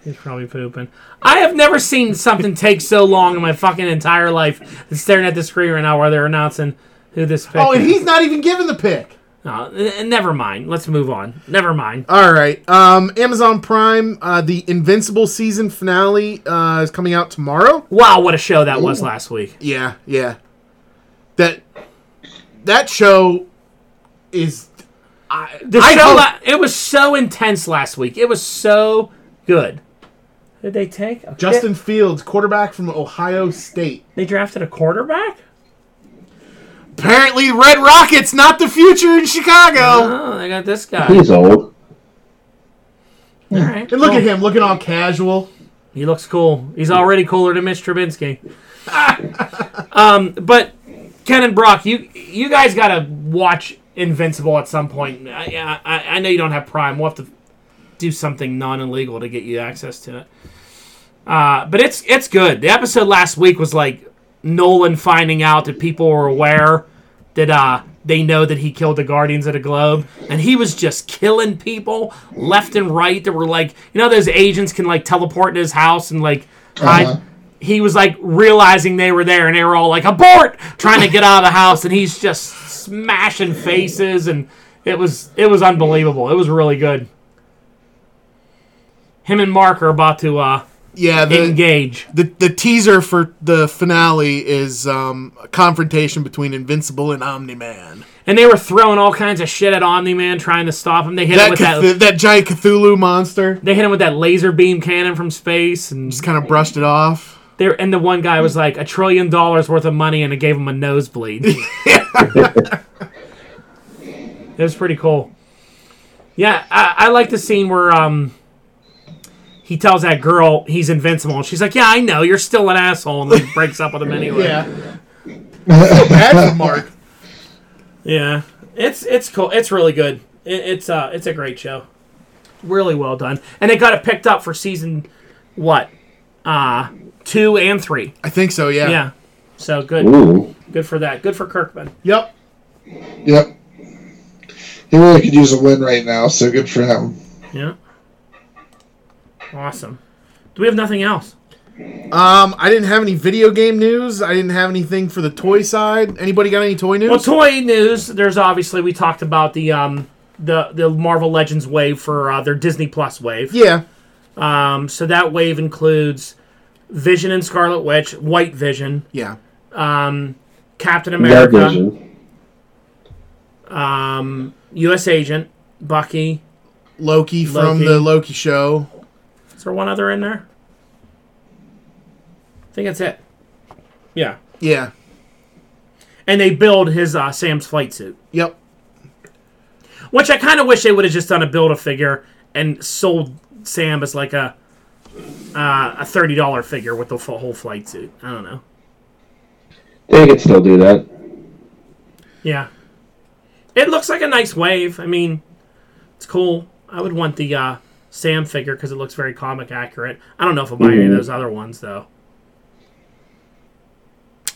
Speaker 1: He's probably pooping. I have never seen something take so long in my fucking entire life than staring at the screen right now while they're announcing who this pick
Speaker 3: Oh, and
Speaker 1: is.
Speaker 3: he's not even given the pick.
Speaker 1: No, eh, never mind. Let's move on. Never mind.
Speaker 3: All right. Um, Amazon Prime, uh, the Invincible season finale uh, is coming out tomorrow.
Speaker 1: Wow, what a show that was last week.
Speaker 3: Yeah, yeah. That that show is
Speaker 1: The
Speaker 3: I
Speaker 1: show
Speaker 3: hope-
Speaker 1: la- it was so intense last week. It was so good. Did they take a-
Speaker 3: Justin Fields, quarterback from Ohio State.
Speaker 1: They drafted a quarterback.
Speaker 3: Apparently, Red Rockets not the future in Chicago.
Speaker 1: Oh, they got this guy.
Speaker 4: He's old.
Speaker 1: All right.
Speaker 3: And look at
Speaker 1: cool.
Speaker 3: him looking all casual.
Speaker 1: He looks cool. He's already cooler than Mitch Trubinsky. um, but Ken and Brock, you you guys gotta watch Invincible at some point. I, I, I know you don't have Prime. We'll have to do something non illegal to get you access to it. Uh, but it's it's good. The episode last week was like Nolan finding out that people were aware that uh, they know that he killed the Guardians of the Globe, and he was just killing people left and right. That were like, you know, those agents can like teleport to his house and like hide.
Speaker 2: Uh-huh.
Speaker 1: He was like realizing they were there, and they were all like abort, trying to get out of the house, and he's just smashing faces, and it was it was unbelievable. It was really good. Him and Mark are about to uh,
Speaker 3: Yeah, the,
Speaker 1: engage.
Speaker 3: the the teaser for the finale is um, a confrontation between Invincible and Omni Man.
Speaker 1: And they were throwing all kinds of shit at Omni Man trying to stop him. They hit him
Speaker 3: That
Speaker 1: with
Speaker 3: Cth-
Speaker 1: that
Speaker 3: that, giant Cthulhu monster
Speaker 1: they hit him with that laser beam cannon from space and
Speaker 3: just kind of brushed it off.
Speaker 1: they and the one guy was like a trillion dollars worth of money and it gave him a nosebleed. it was pretty cool. Yeah, I, I like the scene where um he tells that girl he's invincible and she's like, Yeah, I know, you're still an asshole and like breaks up with him anyway.
Speaker 3: bad for Mark.
Speaker 1: Yeah, it's it's cool. It's really good. It, it's uh, it's a great show. Really well done, and it got it picked up for season what, uh, two and three.
Speaker 3: I think so. Yeah.
Speaker 1: Yeah, so good,
Speaker 4: Ooh.
Speaker 1: good for that. Good for Kirkman.
Speaker 3: Yep.
Speaker 2: Yep. He really could use a win right now, so good for him.
Speaker 1: Yeah, awesome. Do we have nothing else?
Speaker 3: Um, I didn't have any video game news. I didn't have anything for the toy side. Anybody got any toy news?
Speaker 1: Well, toy news. There's obviously we talked about the um the the Marvel Legends wave for uh, their Disney Plus wave.
Speaker 3: yeah.
Speaker 1: Um, so that wave includes Vision and Scarlet Witch, White Vision.
Speaker 3: Yeah.
Speaker 1: um, Captain
Speaker 4: Red
Speaker 1: America,
Speaker 4: Vision.
Speaker 1: um, U.S. Agent, Bucky.
Speaker 3: Loki from
Speaker 1: Loki.
Speaker 3: the Loki show.
Speaker 1: Is there one other in there? I think that's it. Yeah,
Speaker 3: Yeah.
Speaker 1: and they build his uh, Sam's flight suit,
Speaker 3: Yep.
Speaker 1: which I kind of wish they would have just done a build a figure and sold Sam as like a uh, a thirty dollar figure with the f- whole flight suit. I don't know.
Speaker 4: They can still do that.
Speaker 1: Yeah, it looks like a nice wave. I mean, it's cool. I would want the uh, Sam figure because it looks very comic accurate. I don't know if I'll buy any of
Speaker 4: Mhm.
Speaker 1: those other ones though.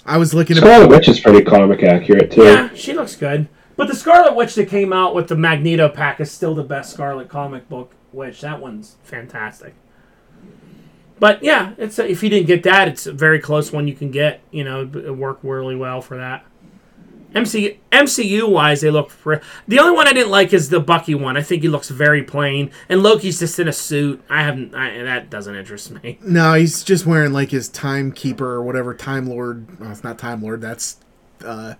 Speaker 3: I was looking at.
Speaker 4: Scarlet Witch is pretty comic accurate too.
Speaker 1: Yeah, she looks good. But the Scarlet Witch that came out with the Magneto pack is still the best Scarlet comic book witch. That one's fantastic. But yeah, it's a, if you didn't get that, it's a very close one you can get. You know, it'd work really well for that. MCU, MCU wise, they look for the only one I didn't like is the Bucky one. I think he looks very plain, and Loki's just in a suit. I haven't I, that doesn't interest me.
Speaker 3: No, he's just wearing like his timekeeper or whatever time lord. Well, it's not time lord. That's uh,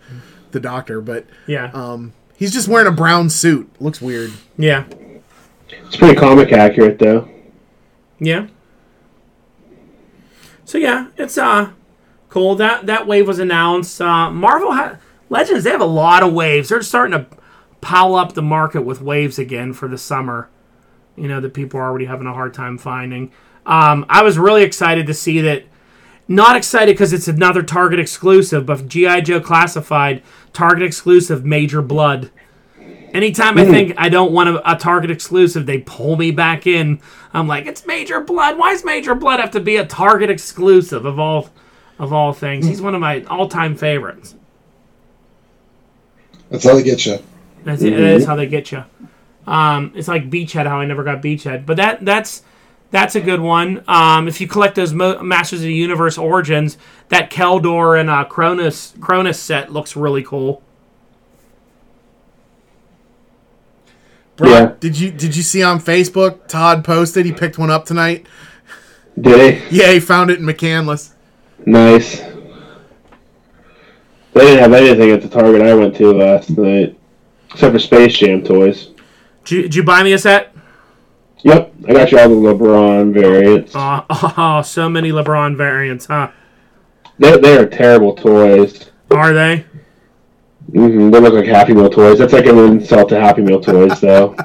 Speaker 3: the doctor. But
Speaker 1: Yeah,
Speaker 3: um, he's just wearing a brown suit. Looks weird.
Speaker 1: yeah,
Speaker 4: It's pretty comic accurate though.
Speaker 1: Yeah. So yeah, it's uh cool. That that wave was announced. Uh, Marvel ha- Legends they have a lot of waves. They're starting to pile up the market with waves again for the summer. You know that people are already having a hard time finding. Um, I was really excited to see that. Not excited because it's another Target exclusive, but GI Joe Classified Target exclusive Major Blood. Anytime I think I don't want a, a Target exclusive, they pull me back in. I'm like, it's Major Blood. Why does Major Blood have to be a Target exclusive of all of all things? He's one of my all time favorites.
Speaker 2: That's how they get you.
Speaker 1: That's, it. That is how they get you. Um, it's like Beachhead, how I never got Beachhead, but that that's that's a good one. Um, if you collect those Mo- Masters of the Universe Origins, that Keldor and uh, Cronus Cronus set looks really cool.
Speaker 3: Bro,
Speaker 4: Yeah.
Speaker 3: Did you did you see on Facebook? Todd posted he picked one up tonight.
Speaker 4: Did he?
Speaker 3: Yeah, he found it in McCandless.
Speaker 4: Nice. They didn't have anything at the Target I went to last night, except for Space Jam toys.
Speaker 1: Did you, did you buy me a set?
Speaker 4: Yep, I got you all the LeBron variants.
Speaker 1: Uh, oh, so many LeBron variants, huh?
Speaker 4: They, they are terrible toys.
Speaker 1: Are they?
Speaker 4: hmm they look like Happy Meal toys. That's like an insult to Happy Meal toys, though.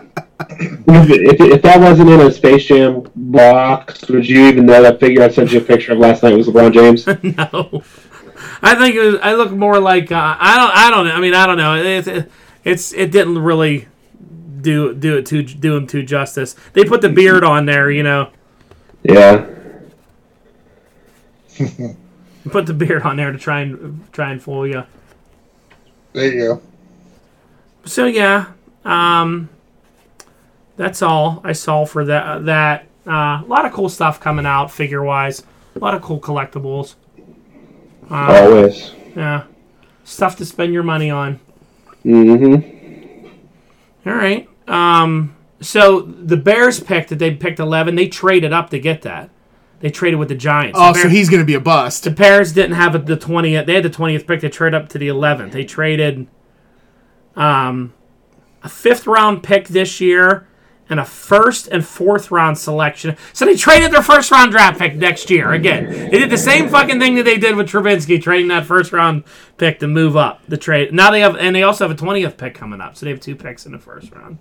Speaker 4: if, if, if that wasn't in a Space Jam box, would you even know that figure I sent you a picture of last night was LeBron James?
Speaker 1: no. I think it was, I look more like uh, I don't I don't know. I mean I don't know. It, it, it's it didn't really do do it to do him to justice. They put the beard on there, you know.
Speaker 4: yeah.
Speaker 1: Put the beard on there to try and try and fool you.
Speaker 2: There you go.
Speaker 1: So yeah, um, that's all I saw for that. That uh, a lot of cool stuff coming out figure wise. A lot of cool collectibles. Uh,
Speaker 4: Always.
Speaker 1: yeah, stuff to spend your money on.
Speaker 4: Mm-hmm.
Speaker 1: All right. Um, so the Bears pick that they picked eleven, they traded up to get that. They traded with the Giants.
Speaker 3: Oh,
Speaker 1: the,
Speaker 3: so
Speaker 1: Bears,
Speaker 3: he's gonna be a bust.
Speaker 1: the Bears didn't have the twentieth. They had the twentieth pick. They traded up to the eleventh. They traded um, a fifth round pick this year and a first and fourth round selection. So they traded their first round draft pick next year again. They did the same fucking thing that they did with Travinsky, trading that first round pick to move up the trade. Now they have, and they also have a twentieth pick coming up. So they have two picks in the first round.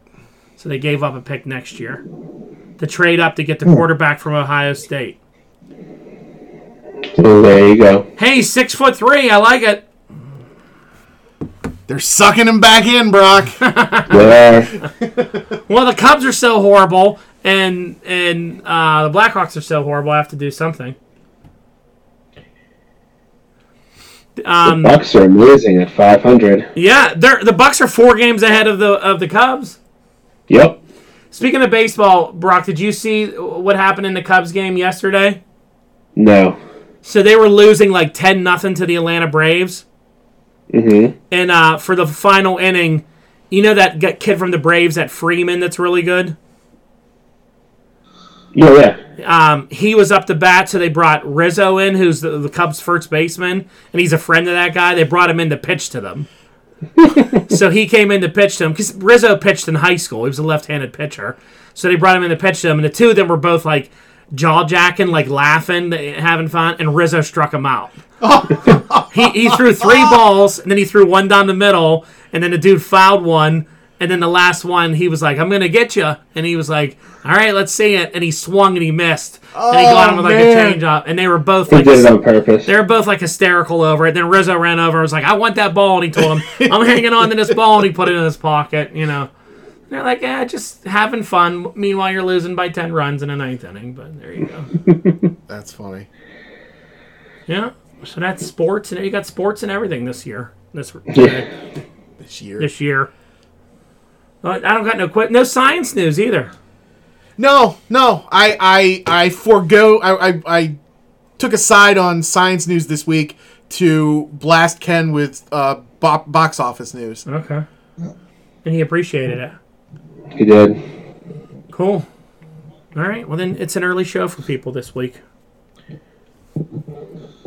Speaker 1: So they gave up a pick next year to trade up to get the quarterback from Ohio State.
Speaker 4: there you go.
Speaker 1: Hey, six foot three. I like it.
Speaker 3: They're sucking him back in, Brock.
Speaker 4: There.
Speaker 1: Well, the Cubs are so horrible, and and uh, the Blackhawks are so horrible. I have to do something. Um,
Speaker 4: Bucks are amazing at 500.
Speaker 1: yeah, they're, the Bucks are four games ahead of the of the Cubs.
Speaker 4: Yep.
Speaker 1: Speaking of baseball, Brock, did you see what happened in the Cubs game yesterday?
Speaker 4: No.
Speaker 1: So they were losing like ten nothing to the Atlanta Braves.
Speaker 4: Mm-hmm.
Speaker 1: And uh, for the final inning, you know that g- kid from the Braves, that Freeman, that's really good.
Speaker 4: Yeah, yeah.
Speaker 1: Um, he was up to bat, so they brought Rizzo in, who's the, the Cubs' first baseman, and he's a friend of that guy. They brought him in to pitch to them. so he came in to pitch to him because Rizzo pitched in high school. He was a left-handed pitcher, so they brought him in to pitch to him, and the two of them were both like jaw jacking, like laughing, having fun, and Rizzo struck him out. he, he threw three balls, and then he threw one down the middle, and then the dude fouled one, and then the last one he was like, "I'm gonna get you," and he was like, "All right, let's see it," and he swung and he missed, and he got him with like
Speaker 3: man.
Speaker 1: a changeup, and they were both
Speaker 4: He
Speaker 1: like
Speaker 4: did it on purpose.
Speaker 1: they were both like hysterical over it. Then Rizzo ran over and was like, I want that ball. And he told him, I'm hanging on to this ball. And he put it in his pocket, you know. And they're like, eh, just having fun. Meanwhile, you're losing by 10 runs in a ninth inning. But there you go.
Speaker 3: That's funny.
Speaker 1: yeah. So that's sports. And you got sports and everything this year. This,
Speaker 4: Yeah.
Speaker 3: This year.
Speaker 1: this year. But I don't got no quit. No science news either.
Speaker 3: No, no. I I I forego I, I I took a side on science news this week to blast Ken with uh bo- box office news.
Speaker 1: Okay. And he appreciated it.
Speaker 4: He did.
Speaker 1: Cool. All right. Well, then it's an early show for people this week.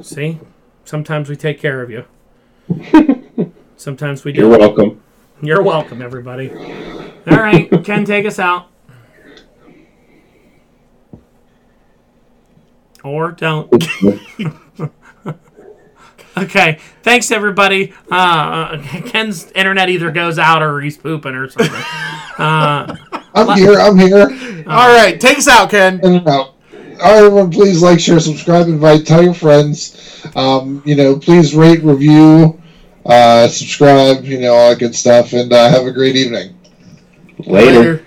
Speaker 1: See, sometimes we take care of you. sometimes we do.
Speaker 4: You're welcome.
Speaker 1: You're welcome, everybody. All right, Ken, take us out. Or don't. Okay. Thanks, everybody. Uh, Ken's internet either goes out or he's pooping or something. Uh,
Speaker 2: I'm here. I'm here.
Speaker 3: All right, take us out, Ken.
Speaker 2: in and out. All right, everyone, please like, share, subscribe, invite, tell your friends. Um, you know, please rate, review, uh, subscribe, you know, all that good stuff, and uh, have a great evening.
Speaker 4: Later.